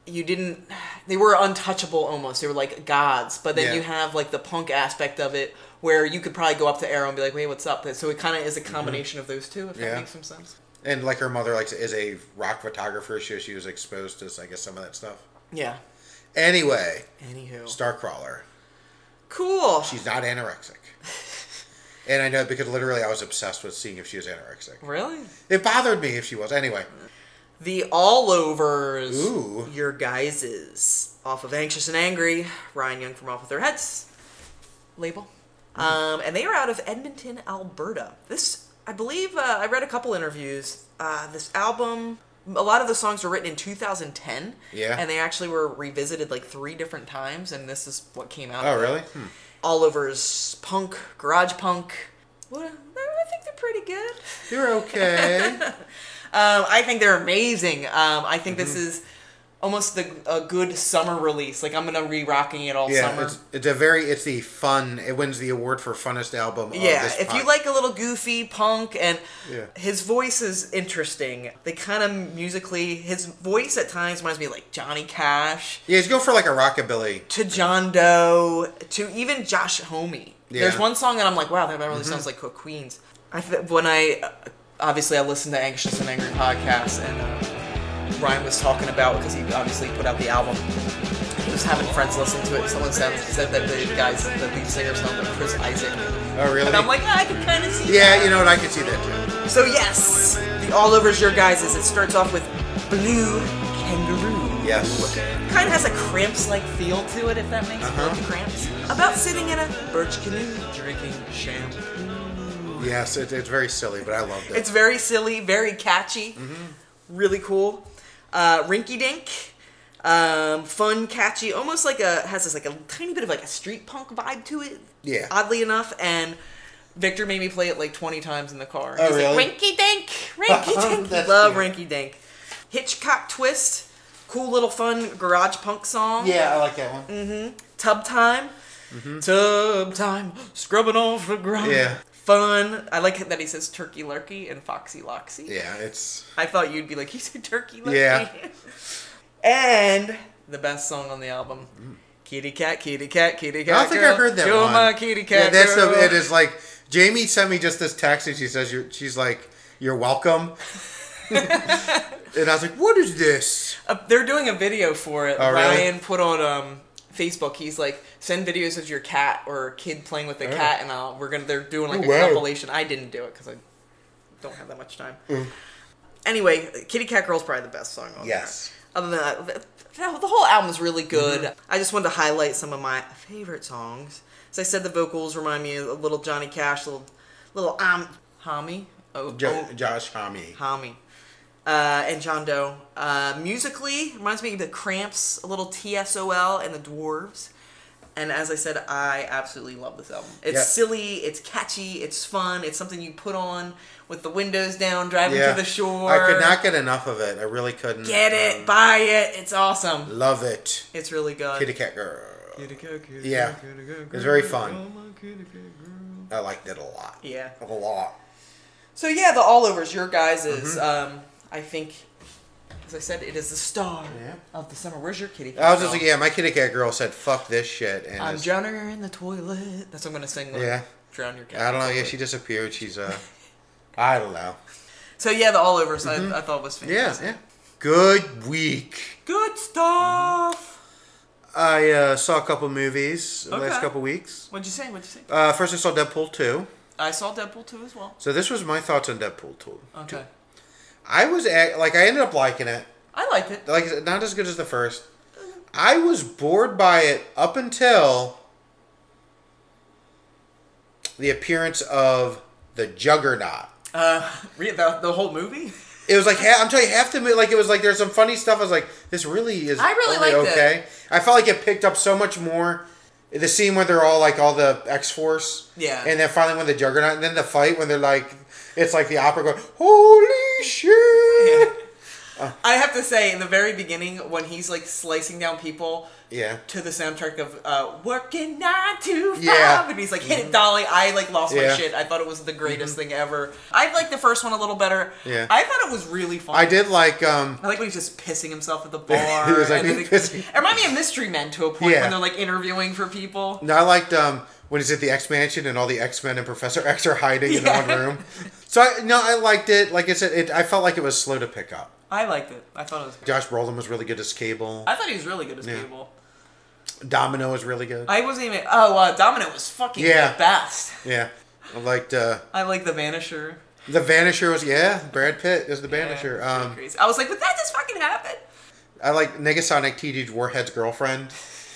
Speaker 3: you didn't they were untouchable almost. They were like gods. But then
Speaker 1: Yeah.
Speaker 3: you have like the punk aspect of it where you could probably go up to Arrow and be like, "Wait, what's up?" So it kind of is a combination of those two if
Speaker 1: Mm-hmm. Yeah.
Speaker 3: that makes some sense.
Speaker 1: And like her mother, like is a rock photographer, so she was exposed to I guess some of that stuff.
Speaker 3: Yeah.
Speaker 1: Anyway,
Speaker 3: Anywho.
Speaker 1: Starcrawler,
Speaker 3: cool.
Speaker 1: she's not anorexic, and I know because literally I was obsessed with seeing if she was anorexic.
Speaker 3: really?
Speaker 1: It bothered me if she was. Anyway,
Speaker 3: The All Overs.
Speaker 1: Ooh.
Speaker 3: Your Guises. Off of Anxious and Angry. Ryan Young from Off With Their Heads label. Um, and they are out of Edmonton, Alberta. This, I believe, uh, I read a couple interviews. Uh, this album a lot of the songs were written in 2010.
Speaker 1: Yeah.
Speaker 3: And they actually were revisited like three different times, and this is what came out.
Speaker 1: Oh, really? Hmm.
Speaker 3: Oliver's punk, garage punk. What? I think they're pretty good.
Speaker 1: You're okay.
Speaker 3: Um, I think they're amazing. Um, I think this
Speaker 1: Mm-hmm.
Speaker 3: is almost the, a good summer release. Like I'm gonna re rocking it all
Speaker 1: yeah,
Speaker 3: summer.
Speaker 1: it's, it's a very it's the fun. It wins the award for funnest album. Of
Speaker 3: yeah,
Speaker 1: this
Speaker 3: if you
Speaker 1: pod-
Speaker 3: like a little goofy punk and
Speaker 1: Yeah.
Speaker 3: his voice is interesting. They kind of musically, his voice at times reminds me of, like Johnny Cash
Speaker 1: Yeah, you go for like a rockabilly.
Speaker 3: to John Doe to even Josh Homme.
Speaker 1: Yeah. Mm-hmm.
Speaker 3: There's one song that I'm like, wow, that really sounds like Cook Queens. I th- when I uh, obviously I listened to Anxious and Angry podcast and uh, Ryan was talking about because he obviously put out the album. He was having friends listen to it. and Someone said, said that the guys, the lead singer, sounded like Chris Isaac.
Speaker 1: Oh, really?
Speaker 3: And I'm like, "Ah, I can kind of see.
Speaker 1: Yeah, you know what? I could see that too.
Speaker 3: So yes, the all overs your guys is it starts off with blue kangaroo.
Speaker 1: Yes.
Speaker 3: Kind of has a cramps like feel to it if that makes
Speaker 1: Uh-huh.
Speaker 3: sense. Cramps. About sitting in a birch canoe drinking champagne.
Speaker 1: Yes, it, it's very silly, but I loved it.
Speaker 3: It's very silly, very catchy,
Speaker 1: Mm-hmm.
Speaker 3: really cool. Uh, Rinky Dink, um, fun, catchy, almost like a has this like a tiny bit of like a street punk vibe to it.
Speaker 1: Yeah.
Speaker 3: Oddly enough, and Victor made me play it like twenty times in the car.
Speaker 1: Oh,
Speaker 3: He's
Speaker 1: really?
Speaker 3: like, Rinky Dink, Rinky Dink.
Speaker 1: That's
Speaker 3: Love
Speaker 1: cute.
Speaker 3: Rinky Dink. Hitchcock Twist, cool little fun garage punk song.
Speaker 1: yeah, I like that one.
Speaker 3: Mm. Tub time. Tub time, scrubbing off the ground.
Speaker 1: Mm-hmm. Yeah.
Speaker 3: Fun. I like that he says turkey lurkey and foxy loxy.
Speaker 1: Yeah, it's
Speaker 3: I thought you'd be like, he said turkey lurkey.
Speaker 1: Yeah.
Speaker 3: and the best song on the album, Kitty Cat, Kitty Cat, Kitty Cat.
Speaker 1: Mm. I don't think
Speaker 3: girl,
Speaker 1: I've heard that
Speaker 3: You're
Speaker 1: one.
Speaker 3: my kitty cat.
Speaker 1: Yeah, that's
Speaker 3: girl.
Speaker 1: the it is like Jamie sent me just this text and she says you're, she's like you're welcome. and I was like, "What is this?"
Speaker 3: Uh, they're doing a video for it.
Speaker 1: Oh, really?
Speaker 3: Ryan put on um, Facebook. He's like, send videos of your cat or kid playing with a cat, and I'll, we're gonna. They're doing like
Speaker 1: Oh,
Speaker 3: a
Speaker 1: wow.
Speaker 3: compilation. I didn't do it because I don't have that much time.
Speaker 1: Mm.
Speaker 3: Anyway, Kitty Cat Girl's probably the best song on
Speaker 1: Yes. Mm-hmm.
Speaker 3: there. Other than that, th- th- the whole album's really good. I just wanted to highlight some of my favorite songs. As I said, the vocals remind me of a little Johnny Cash, little little um, Hami. Oh,
Speaker 1: Jo-
Speaker 3: oh,
Speaker 1: Josh Homme.
Speaker 3: Tommy. Uh, and John Doe. Uh, musically, reminds me of the Cramps, a little TSOL, and the Dwarves. And as I said, I absolutely love this album. It's
Speaker 1: Yeah.
Speaker 3: silly, it's catchy, it's fun, it's something you put on with the windows down, driving
Speaker 1: Yeah.
Speaker 3: to the shore.
Speaker 1: I could not get enough of it. I really couldn't.
Speaker 3: get it,
Speaker 1: Um,
Speaker 3: buy it, it's awesome.
Speaker 1: love it.
Speaker 3: It's really good.
Speaker 1: Kitty Cat Girl.
Speaker 3: Yeah.
Speaker 1: Yeah. It's very fun. I liked it a lot.
Speaker 3: Yeah.
Speaker 1: A lot.
Speaker 3: So yeah, the all overs, your guys is
Speaker 1: Mm-hmm.
Speaker 3: um, I think as I said, it is the star
Speaker 1: Yeah.
Speaker 3: of the summer. Where's your kitty?
Speaker 1: I was just
Speaker 3: Girl?
Speaker 1: like, yeah, my kitty cat girl said, fuck this shit. And
Speaker 3: I'm
Speaker 1: it's-
Speaker 3: drowning her in the toilet. That's what I'm gonna sing. Like,
Speaker 1: Yeah.
Speaker 3: Drown your cat.
Speaker 1: I don't know. Yeah, she disappeared. She's, uh, I don't know.
Speaker 3: So yeah, the all overs I, I thought was
Speaker 1: Yeah,
Speaker 3: fantastic.
Speaker 1: Mm-hmm. yeah. Good week.
Speaker 3: Good stuff.
Speaker 1: I uh, saw a couple movies the last
Speaker 3: Okay.
Speaker 1: couple weeks.
Speaker 3: What'd you say? What'd you say?
Speaker 1: Uh, first, I saw Deadpool 2.
Speaker 3: I saw Deadpool two as well.
Speaker 1: So, this was my thoughts on Deadpool 2.
Speaker 3: Okay.
Speaker 1: I was, at, like, I ended up liking it.
Speaker 3: I liked it.
Speaker 1: Like, I said, not as good as the first. I was bored by it up until the appearance of the Juggernaut.
Speaker 3: Uh, re- the, the whole movie.
Speaker 1: It was like ha- I'm telling you, half the movie, like it was like there's some funny stuff. I was like, this really is.
Speaker 3: I really
Speaker 1: only
Speaker 3: liked it.
Speaker 1: okay. I felt like it picked up so much more. The scene where they're all like all the X Force,
Speaker 3: Yeah.
Speaker 1: and then finally when the Juggernaut, and then the fight when they're like, it's like the opera going, holy shit,
Speaker 3: I have to say, in the very beginning, when he's like slicing down people
Speaker 1: yeah.
Speaker 3: to the soundtrack of uh, "Working Nine to 5
Speaker 1: Yeah. Mm-hmm.
Speaker 3: and he's like, "Hit it, Dolly!" I like lost my
Speaker 1: Yeah. Mm-hmm.
Speaker 3: shit. I thought it was the greatest thing ever. I liked the first one a little better.
Speaker 1: Yeah.
Speaker 3: I thought it was really fun.
Speaker 1: I did like um.
Speaker 3: I like when he's just pissing himself at the bar.
Speaker 1: He was like,
Speaker 3: and then
Speaker 1: he's pissing.
Speaker 3: It reminded me of Mystery Men to a point
Speaker 1: Yeah.
Speaker 3: when they're like interviewing for people.
Speaker 1: No, I liked um when he's at the X Mansion and all the X Men and Professor X are hiding in
Speaker 3: Yeah.
Speaker 1: one room. So I, no, I liked it. Like I said, it, I felt like it was slow to pick up.
Speaker 3: I liked it. I thought it was.
Speaker 1: Josh Brolin was really good as Cable.
Speaker 3: I thought he was really good as
Speaker 1: Yeah.
Speaker 3: Cable.
Speaker 1: Domino was really good.
Speaker 3: I wasn't even. Oh, uh, Domino was fucking
Speaker 1: Yeah.
Speaker 3: the best.
Speaker 1: Yeah. I liked uh,
Speaker 3: I like the Vanisher.
Speaker 1: The Vanisher was yeah, Brad Pitt is the
Speaker 3: Yeah,
Speaker 1: Vanisher.
Speaker 3: it's pretty
Speaker 1: um
Speaker 3: crazy. I was like, but that just fucking happened.
Speaker 1: I like Negasonic Teenage Warhead's girlfriend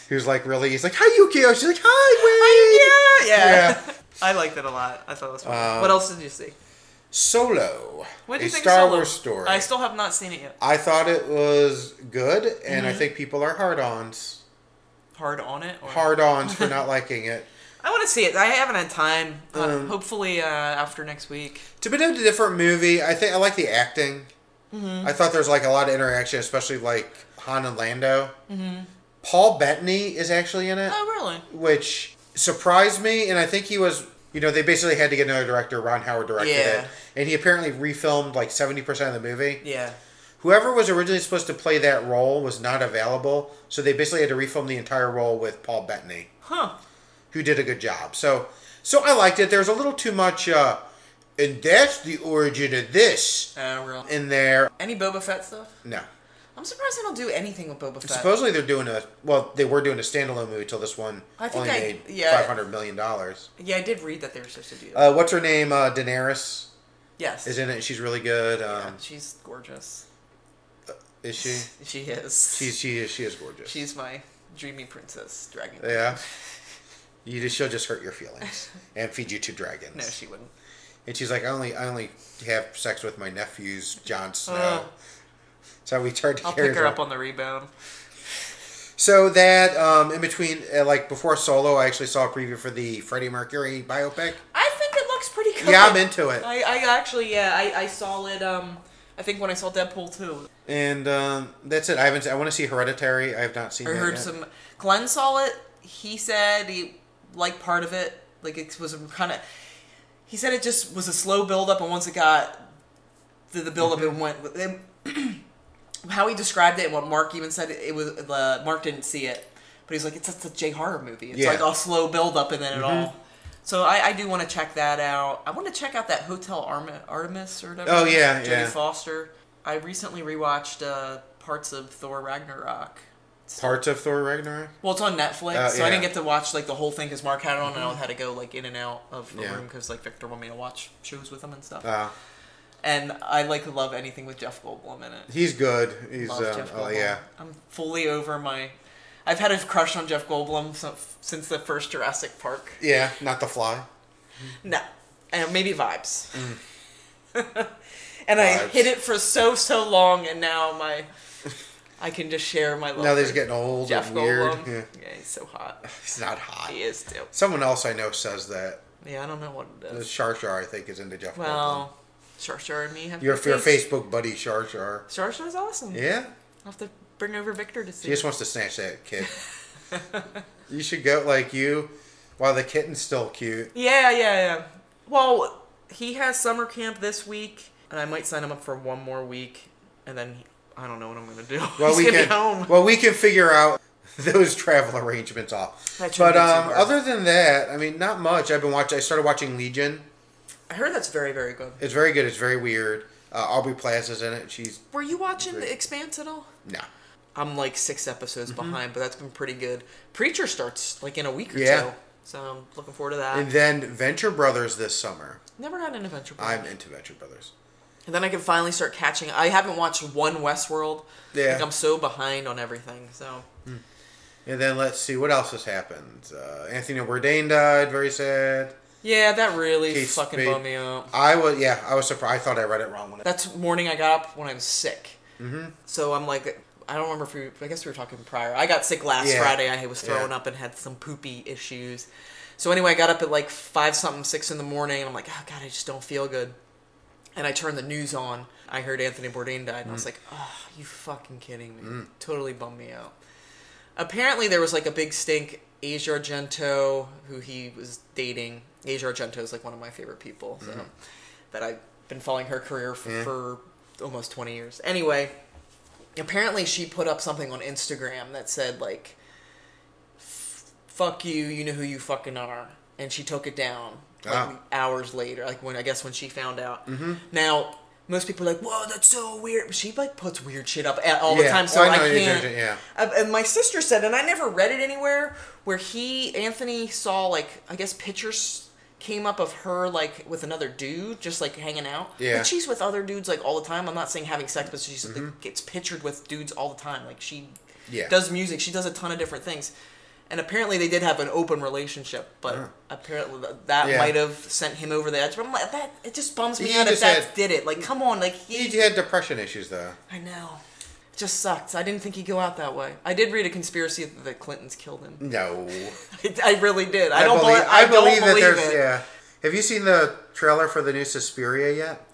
Speaker 1: who's like really he's like, Hi Yukio She's like, Hi Wade
Speaker 3: Yeah, yeah.
Speaker 1: Yeah.
Speaker 3: I liked it a lot. I thought it was. Fun.
Speaker 1: Um,
Speaker 3: what else did you see?
Speaker 1: Solo,
Speaker 3: What
Speaker 1: a
Speaker 3: do you think of
Speaker 1: Star
Speaker 3: Solo?
Speaker 1: Wars story.
Speaker 3: I still have not seen it yet.
Speaker 1: I thought it was good, and
Speaker 3: Mm-hmm.
Speaker 1: I think people are hard ons,
Speaker 3: Hard on it. Or...
Speaker 1: hard ons for not liking it.
Speaker 3: I want to see it. I haven't had time. Uh,
Speaker 1: Um,
Speaker 3: hopefully uh, after next week.
Speaker 1: It's a bit of a different movie. I think I like the acting.
Speaker 3: Mm-hmm.
Speaker 1: I thought there's like a lot of interaction, especially like Han and Lando. Mm-hmm. Paul Bettany is actually in it,
Speaker 3: Oh really?
Speaker 1: which surprised me, and I think he was. You know, they basically had to get another director. Ron Howard directed
Speaker 3: Yeah.
Speaker 1: it, and he apparently refilmed like seventy percent of the movie.
Speaker 3: Yeah.
Speaker 1: Whoever was originally supposed to play that role was not available, so they basically had to refilm the entire role with Paul Bettany
Speaker 3: Huh.
Speaker 1: who did a good job. So, so I liked it. There's a little too much, uh, and that's the origin of this
Speaker 3: Uh, really.
Speaker 1: in there.
Speaker 3: Any Boba Fett stuff?
Speaker 1: No,
Speaker 3: I'm surprised they don't do anything with Boba Fett.
Speaker 1: supposedly they're doing a well, they were doing a standalone movie till this one
Speaker 3: I think
Speaker 1: only
Speaker 3: I-
Speaker 1: made
Speaker 3: yeah.
Speaker 1: five hundred million dollars.
Speaker 3: yeah, I did read that they were supposed to do. that.
Speaker 1: Uh, what's her name? Uh, Daenerys
Speaker 3: yes.
Speaker 1: is in it. She's really good. Um,
Speaker 3: She's gorgeous.
Speaker 1: is she?
Speaker 3: She is.
Speaker 1: She's she is she is gorgeous.
Speaker 3: She's my dreamy princess dragon.
Speaker 1: yeah. You just, she'll just hurt your feelings and feed you to dragons.
Speaker 3: No, she wouldn't.
Speaker 1: And she's like, I only, I only have sex with my nephews, Jon Snow.
Speaker 3: Uh.
Speaker 1: so we tried to
Speaker 3: I'll
Speaker 1: carry
Speaker 3: pick her up on the rebound.
Speaker 1: So that um, in between, uh, like before Solo, I actually saw a preview for the Freddie Mercury biopic.
Speaker 3: I think it looks pretty good.
Speaker 1: Yeah, I'm into it.
Speaker 3: I, I actually, yeah, I, I saw it. Um, I think when I saw Deadpool too,
Speaker 1: And um, that's it. I haven't. I want to see Hereditary. I have not seen.
Speaker 3: I
Speaker 1: that
Speaker 3: heard
Speaker 1: yet.
Speaker 3: some. Glenn saw it. He said he liked part of it. Like it was kind of. He said it just was a slow build up, and once it got to the build up,
Speaker 1: Mm-hmm.
Speaker 3: it went. with- It, how he described it and what Mark even said, it was uh, Mark didn't see it, but he's like, it's just a J horror movie. It's
Speaker 1: Yeah. Mm-hmm.
Speaker 3: like a slow build up and then it all. So I, I do want to check that out. I want to check out that Hotel Arma- Artemis or whatever.
Speaker 1: Oh, yeah,
Speaker 3: Jodie
Speaker 1: yeah.
Speaker 3: Foster. I recently rewatched uh, parts of Thor Ragnarok.
Speaker 1: parts of Thor Ragnarok.
Speaker 3: Well, it's on Netflix,
Speaker 1: Oh,
Speaker 3: so I didn't
Speaker 1: yeah.
Speaker 3: get to watch like the whole thing because Mark had it on, and I had to go like in and out of the room
Speaker 1: Yeah.
Speaker 3: 'cause room because like Victor wanted me to watch shows with him and stuff.
Speaker 1: Uh,
Speaker 3: and I like love anything with Jeff Goldblum in it.
Speaker 1: he's good. He's
Speaker 3: Love
Speaker 1: uh,
Speaker 3: Jeff
Speaker 1: oh
Speaker 3: Goldblum.
Speaker 1: yeah.
Speaker 3: I'm fully over my. I've had a crush on Jeff Goldblum so, since the first Jurassic Park.
Speaker 1: Yeah, not the fly.
Speaker 3: No, and maybe vibes. and I
Speaker 1: Vibes.
Speaker 3: hid it for so so long, and now my. I can just share my love.
Speaker 1: Now that he's
Speaker 3: for
Speaker 1: getting old
Speaker 3: Jeff
Speaker 1: and weird.
Speaker 3: Goldblum.
Speaker 1: Yeah.
Speaker 3: yeah, he's so hot.
Speaker 1: He's not hot.
Speaker 3: He is too.
Speaker 1: Someone else I know says that.
Speaker 3: Yeah, I don't know what it is.
Speaker 1: Shar Shar, I think, is into Jeff Goldblum.
Speaker 3: Well, Shar Shar and me have
Speaker 1: Your,
Speaker 3: good
Speaker 1: your
Speaker 3: taste.
Speaker 1: Facebook buddy Shar Shar.
Speaker 3: Shar Shar's awesome.
Speaker 1: Yeah,
Speaker 3: I'll have to bring over Victor to see.
Speaker 1: she just
Speaker 3: it.
Speaker 1: wants to snatch that kid. you should go like you, while the kitten's still cute.
Speaker 3: Yeah, yeah, yeah. Well, he has summer camp this week, and I might sign him up for one more week, and then I don't know what I'm gonna do.
Speaker 1: Well,
Speaker 3: He's
Speaker 1: we
Speaker 3: gonna
Speaker 1: can.
Speaker 3: be home.
Speaker 1: Well, we can figure out those travel arrangements off.
Speaker 3: That shouldn't
Speaker 1: But
Speaker 3: be too
Speaker 1: um,
Speaker 3: hard.
Speaker 1: other than that, I mean, not much. I've been watching. I started watching Legion.
Speaker 3: I heard that's very, very good.
Speaker 1: It's very good. It's very weird. Uh, Aubrey Plaza's in it. She's
Speaker 3: Were you watching The Expanse at all?
Speaker 1: no.
Speaker 3: I'm like six episodes
Speaker 1: Mm-hmm.
Speaker 3: behind, but that's been pretty good. Preacher starts like in a week or
Speaker 1: Yeah.
Speaker 3: so, so I'm looking forward to that.
Speaker 1: And then Venture Brothers this summer.
Speaker 3: Never had an adventure. before.
Speaker 1: I'm into Venture Brothers.
Speaker 3: And then I can finally start catching. I haven't watched one Westworld.
Speaker 1: Yeah.
Speaker 3: Like I'm so behind on everything. So
Speaker 1: And then let's see what else has happened. Uh, Anthony Bourdain died. Very sad.
Speaker 3: yeah, that really
Speaker 1: Kate
Speaker 3: fucking
Speaker 1: Spade-
Speaker 3: bummed me out.
Speaker 1: I was yeah. I was surprised. I thought I read it wrong when it.
Speaker 3: That's morning I got up when I was sick. Mm-hmm. So I'm like, I don't remember if we. I guess we were talking prior. I got sick last
Speaker 1: Yeah.
Speaker 3: Friday. I was throwing
Speaker 1: Yeah.
Speaker 3: up and had some poopy issues. So anyway, I got up at like five something, six in the morning, and I'm like, oh god, I just don't feel good. And I turned the news on. I heard Anthony Bourdain died, and
Speaker 1: Mm.
Speaker 3: I was like, oh, you fucking kidding me? Totally bummed me out. apparently there was like a big stink Asia Argento who he was dating. Asia Argento is like one of my favorite people, so
Speaker 1: Mm-hmm.
Speaker 3: that I've been following her career for,
Speaker 1: Yeah.
Speaker 3: for almost 20 years. Anyway, apparently she put up something on Instagram that said like fuck you, you know who you fucking are. And she took it down like
Speaker 1: Ah.
Speaker 3: hours later, like when I guess when she found out.
Speaker 1: Mm-hmm.
Speaker 3: Now, most people are like, "Whoa, that's so weird." She like puts weird shit up a- all the
Speaker 1: Yeah.
Speaker 3: time, so
Speaker 1: Oh, I
Speaker 3: I,
Speaker 1: know you're
Speaker 3: can't.
Speaker 1: judging, yeah.
Speaker 3: Uh, and my sister said, and I never read it anywhere, where he Anthony saw like I guess pictures came up of her like with another dude just like hanging out.
Speaker 1: Yeah.
Speaker 3: But she's with other dudes like all the time. I'm not saying having sex, but she's like, gets pictured with dudes all the time. Like she
Speaker 1: Mm-hmm. Yeah.
Speaker 3: does music. She does a ton of different things. And apparently they did have an open relationship, but apparently th- that
Speaker 1: Yeah.
Speaker 3: might have sent him over the edge. But I'm like, that it just bums me
Speaker 1: He
Speaker 3: out if
Speaker 1: just
Speaker 3: that
Speaker 1: had-
Speaker 3: did it. Like, come on, like he,
Speaker 1: He had depression issues though.
Speaker 3: I know, it just sucks. I didn't think he'd go out that way. I did read a conspiracy that the Clintons killed him.
Speaker 1: No,
Speaker 3: I, I really did. I, don't
Speaker 1: believe.
Speaker 3: believe. I, don't believe it.
Speaker 1: Yeah. Have you seen the trailer for the new Suspiria yet?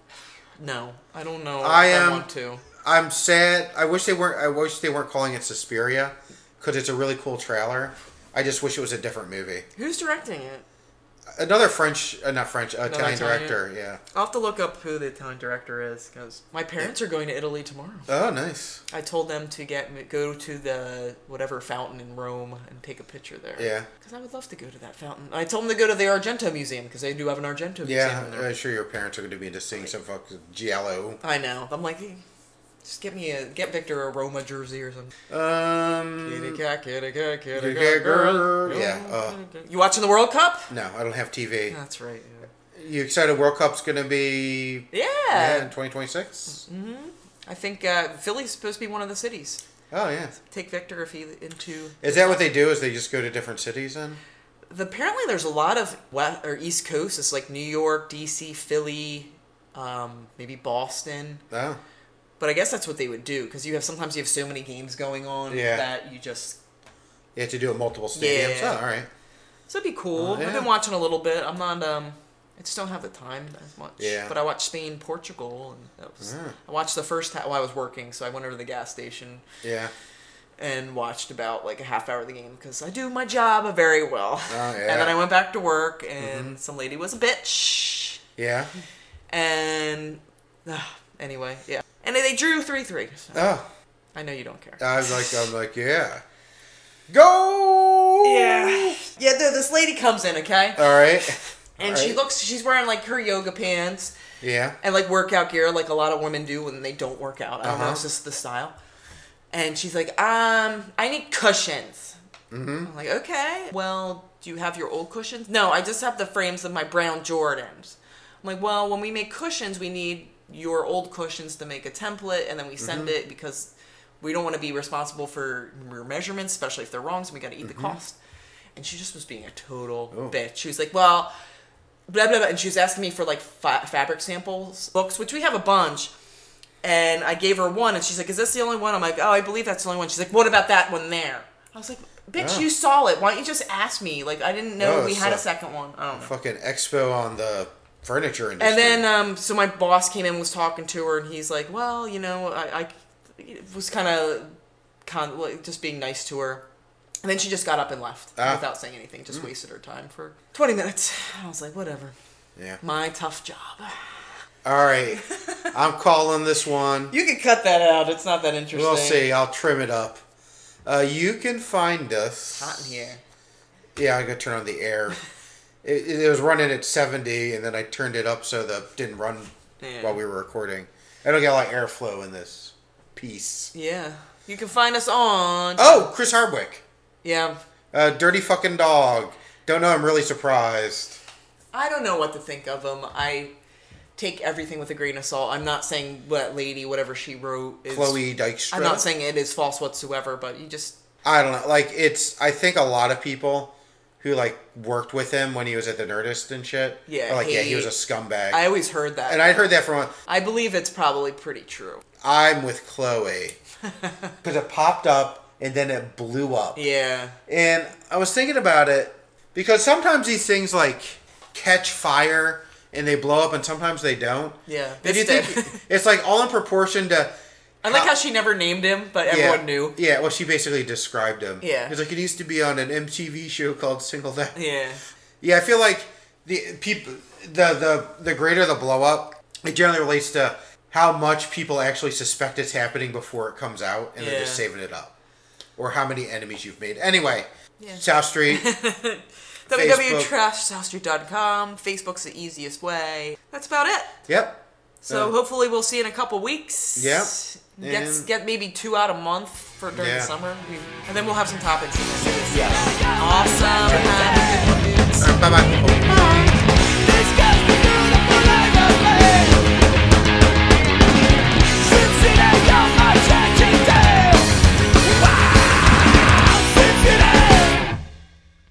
Speaker 3: No, I don't know.
Speaker 1: I
Speaker 3: if
Speaker 1: am-
Speaker 3: I want to.
Speaker 1: I'm sad. I wish they weren't. I wish they weren't calling it Suspiria because it's a really cool trailer. I just wish it was a different movie.
Speaker 3: Who's directing it?
Speaker 1: Another French, uh, not French, Italian
Speaker 3: Italian.
Speaker 1: director. Yeah.
Speaker 3: I'll have to look up who the Italian director is because my parents are going to Italy tomorrow.
Speaker 1: Oh, nice.
Speaker 3: I told them to get go to the whatever fountain in Rome and take a picture there.
Speaker 1: Yeah.
Speaker 3: Because I would love to go to that fountain. I told them to go to the Argento Museum because they do have an Argento
Speaker 1: Yeah, uh,
Speaker 3: Museum. in there.
Speaker 1: I'm sure your parents are going to be into seeing some fucking giallo.
Speaker 3: I know. I'm like, "Hey, just get me a get Victor a Roma jersey or something. Kitty
Speaker 1: Um,
Speaker 3: cat, kitty cat, kitty
Speaker 1: kitty
Speaker 3: cat,
Speaker 1: cat
Speaker 3: girl.
Speaker 1: girl. Yeah, uh.
Speaker 3: You watching the World Cup?
Speaker 1: no, I don't have TV.
Speaker 3: That's right.
Speaker 1: You excited? World Cup's going to be
Speaker 3: Yeah. Mm-hmm.
Speaker 1: yeah, in 2026.
Speaker 3: I think uh, Philly's supposed to be one of the cities.
Speaker 1: Oh yeah.
Speaker 3: Take Victor if he into.
Speaker 1: Is that what they do? Is they just go to different cities then?
Speaker 3: The, apparently, there's a lot of west or East Coast. It's like New York, D.C., Philly, um, maybe Boston.
Speaker 1: Oh,
Speaker 3: But I guess that's what they would do because you have sometimes you have so many games going on
Speaker 1: Yeah.
Speaker 3: that you just.
Speaker 1: you have to do it multiple stadiums.
Speaker 3: Yeah.
Speaker 1: Oh, all right.
Speaker 3: So it'd be cool.
Speaker 1: Oh, yeah.
Speaker 3: I've been watching a little bit. I'm not. Um, I just don't have the time as much.
Speaker 1: Yeah.
Speaker 3: But I watched Spain, Portugal, and that was.
Speaker 1: Mm.
Speaker 3: I watched the first half while I was working, so I went over to the gas station
Speaker 1: Yeah.
Speaker 3: and watched about like a half hour of the game because I do my job very well.
Speaker 1: Oh, yeah. Mm-hmm.
Speaker 3: And then I went back to work, and some lady was a bitch.
Speaker 1: Yeah.
Speaker 3: And uh, anyway, yeah. And they, they drew three three. So
Speaker 1: Oh,
Speaker 3: I know you don't care.
Speaker 1: I was like, I'm like, yeah. Go.
Speaker 3: yeah, yeah. th- This lady comes in, okay,
Speaker 1: All right.
Speaker 3: and
Speaker 1: all Uh,
Speaker 3: she
Speaker 1: right.
Speaker 3: looks. She's wearing like her yoga pants
Speaker 1: Yeah.
Speaker 3: and like workout gear, like a lot of women do when they don't work out. I don't know.
Speaker 1: Uh-huh.
Speaker 3: It's just the style. And she's like, um, I need cushions. I'm like, okay. Well, do you have your old cushions? No, I just have the frames of my brown Jordans. I'm like, well, when we make cushions, we need your old cushions to make a template, and then we send it because we don't want to be responsible for your measurements, especially if they're wrong. So we got to eat the cost. And she just was being a total bitch. She was like, well, blah blah blah, and she was asking me for like fa- fabric samples books, which we have a bunch. And I gave her one, and she's like, "Is this the only one?" I'm like, "Oh, I believe that's the only one." She's like, "What about that one there?" I was like, "Bitch,
Speaker 1: Yeah.
Speaker 3: you saw it. Why don't you just ask me?" Like, I didn't know
Speaker 1: Oh,
Speaker 3: we had a
Speaker 1: so-
Speaker 3: second one. I don't know.
Speaker 1: Fucking expo on the furniture industry.
Speaker 3: And then, um, so my boss came in, and was talking to her, and he's like, "Well, you know, I, I was kind of con- like, just being nice to her." And then she just got up and left
Speaker 1: Ah.
Speaker 3: without saying anything. Just wasted her time for 20 minutes. I was like, "Whatever,
Speaker 1: yeah.
Speaker 3: my tough job."
Speaker 1: All right. I'm calling this one.
Speaker 3: You can cut that out. It's not that interesting.
Speaker 1: We'll see. I'll trim it up. Uh, you can find us.
Speaker 3: Hot in here.
Speaker 1: Yeah, I gotta turn on the air. it, it was running at 70, and then I turned it up so that it didn't run
Speaker 3: Yeah.
Speaker 1: while we were recording. I don't get a lot of airflow in this piece.
Speaker 3: Yeah. You can find us on.
Speaker 1: Oh, Chris Hardwick.
Speaker 3: Yeah.
Speaker 1: Uh, dirty fucking dog. Don't know. I'm really surprised.
Speaker 3: I don't know what to think of him. I take everything with a grain of salt. I'm not saying that lady, whatever she wrote, is.
Speaker 1: Chloe Dykstra.
Speaker 3: I'm not saying it is false whatsoever, but you just.
Speaker 1: I don't know. Like it's. I think a lot of people who like worked with him when he was at the Nerdist and shit.
Speaker 3: Yeah,
Speaker 1: are Like yeah,
Speaker 3: he-
Speaker 1: he was a scumbag.
Speaker 3: I always heard that.
Speaker 1: and I heard that from.
Speaker 3: I believe it's probably pretty true.
Speaker 1: I'm with Chloe because it popped up and then it blew up.
Speaker 3: Yeah.
Speaker 1: And I was thinking about it because sometimes these things like catch fire and they blow up, and sometimes they don't.
Speaker 3: Yeah,
Speaker 1: If you
Speaker 3: it's
Speaker 1: think
Speaker 3: dead.
Speaker 1: it's like all in proportion to
Speaker 3: I like how she never named him, but
Speaker 1: yeah,
Speaker 3: everyone knew.
Speaker 1: Yeah, well, she basically described him.
Speaker 3: Yeah.
Speaker 1: he's like it used to be on an MTV show called Singled Out.
Speaker 3: Yeah.
Speaker 1: Yeah, I feel like the people, the the the greater the blow up, it generally relates to how much people actually suspect it's happening before it comes out, and they're just
Speaker 3: Yeah.
Speaker 1: saving it up, or how many enemies you've made. Anyway,
Speaker 3: Yeah.
Speaker 1: South Street.
Speaker 3: www.trashsouthstreet.com. Facebook's the easiest way. That's about it.
Speaker 1: yep.
Speaker 3: So
Speaker 1: Uh,
Speaker 3: hopefully we'll see you in a couple weeks.
Speaker 1: Yep.
Speaker 3: Get
Speaker 1: And-
Speaker 3: get maybe two out a month for during
Speaker 1: Yeah.
Speaker 3: the summer, We- and then we'll have some topics. In this. Awesome. Happy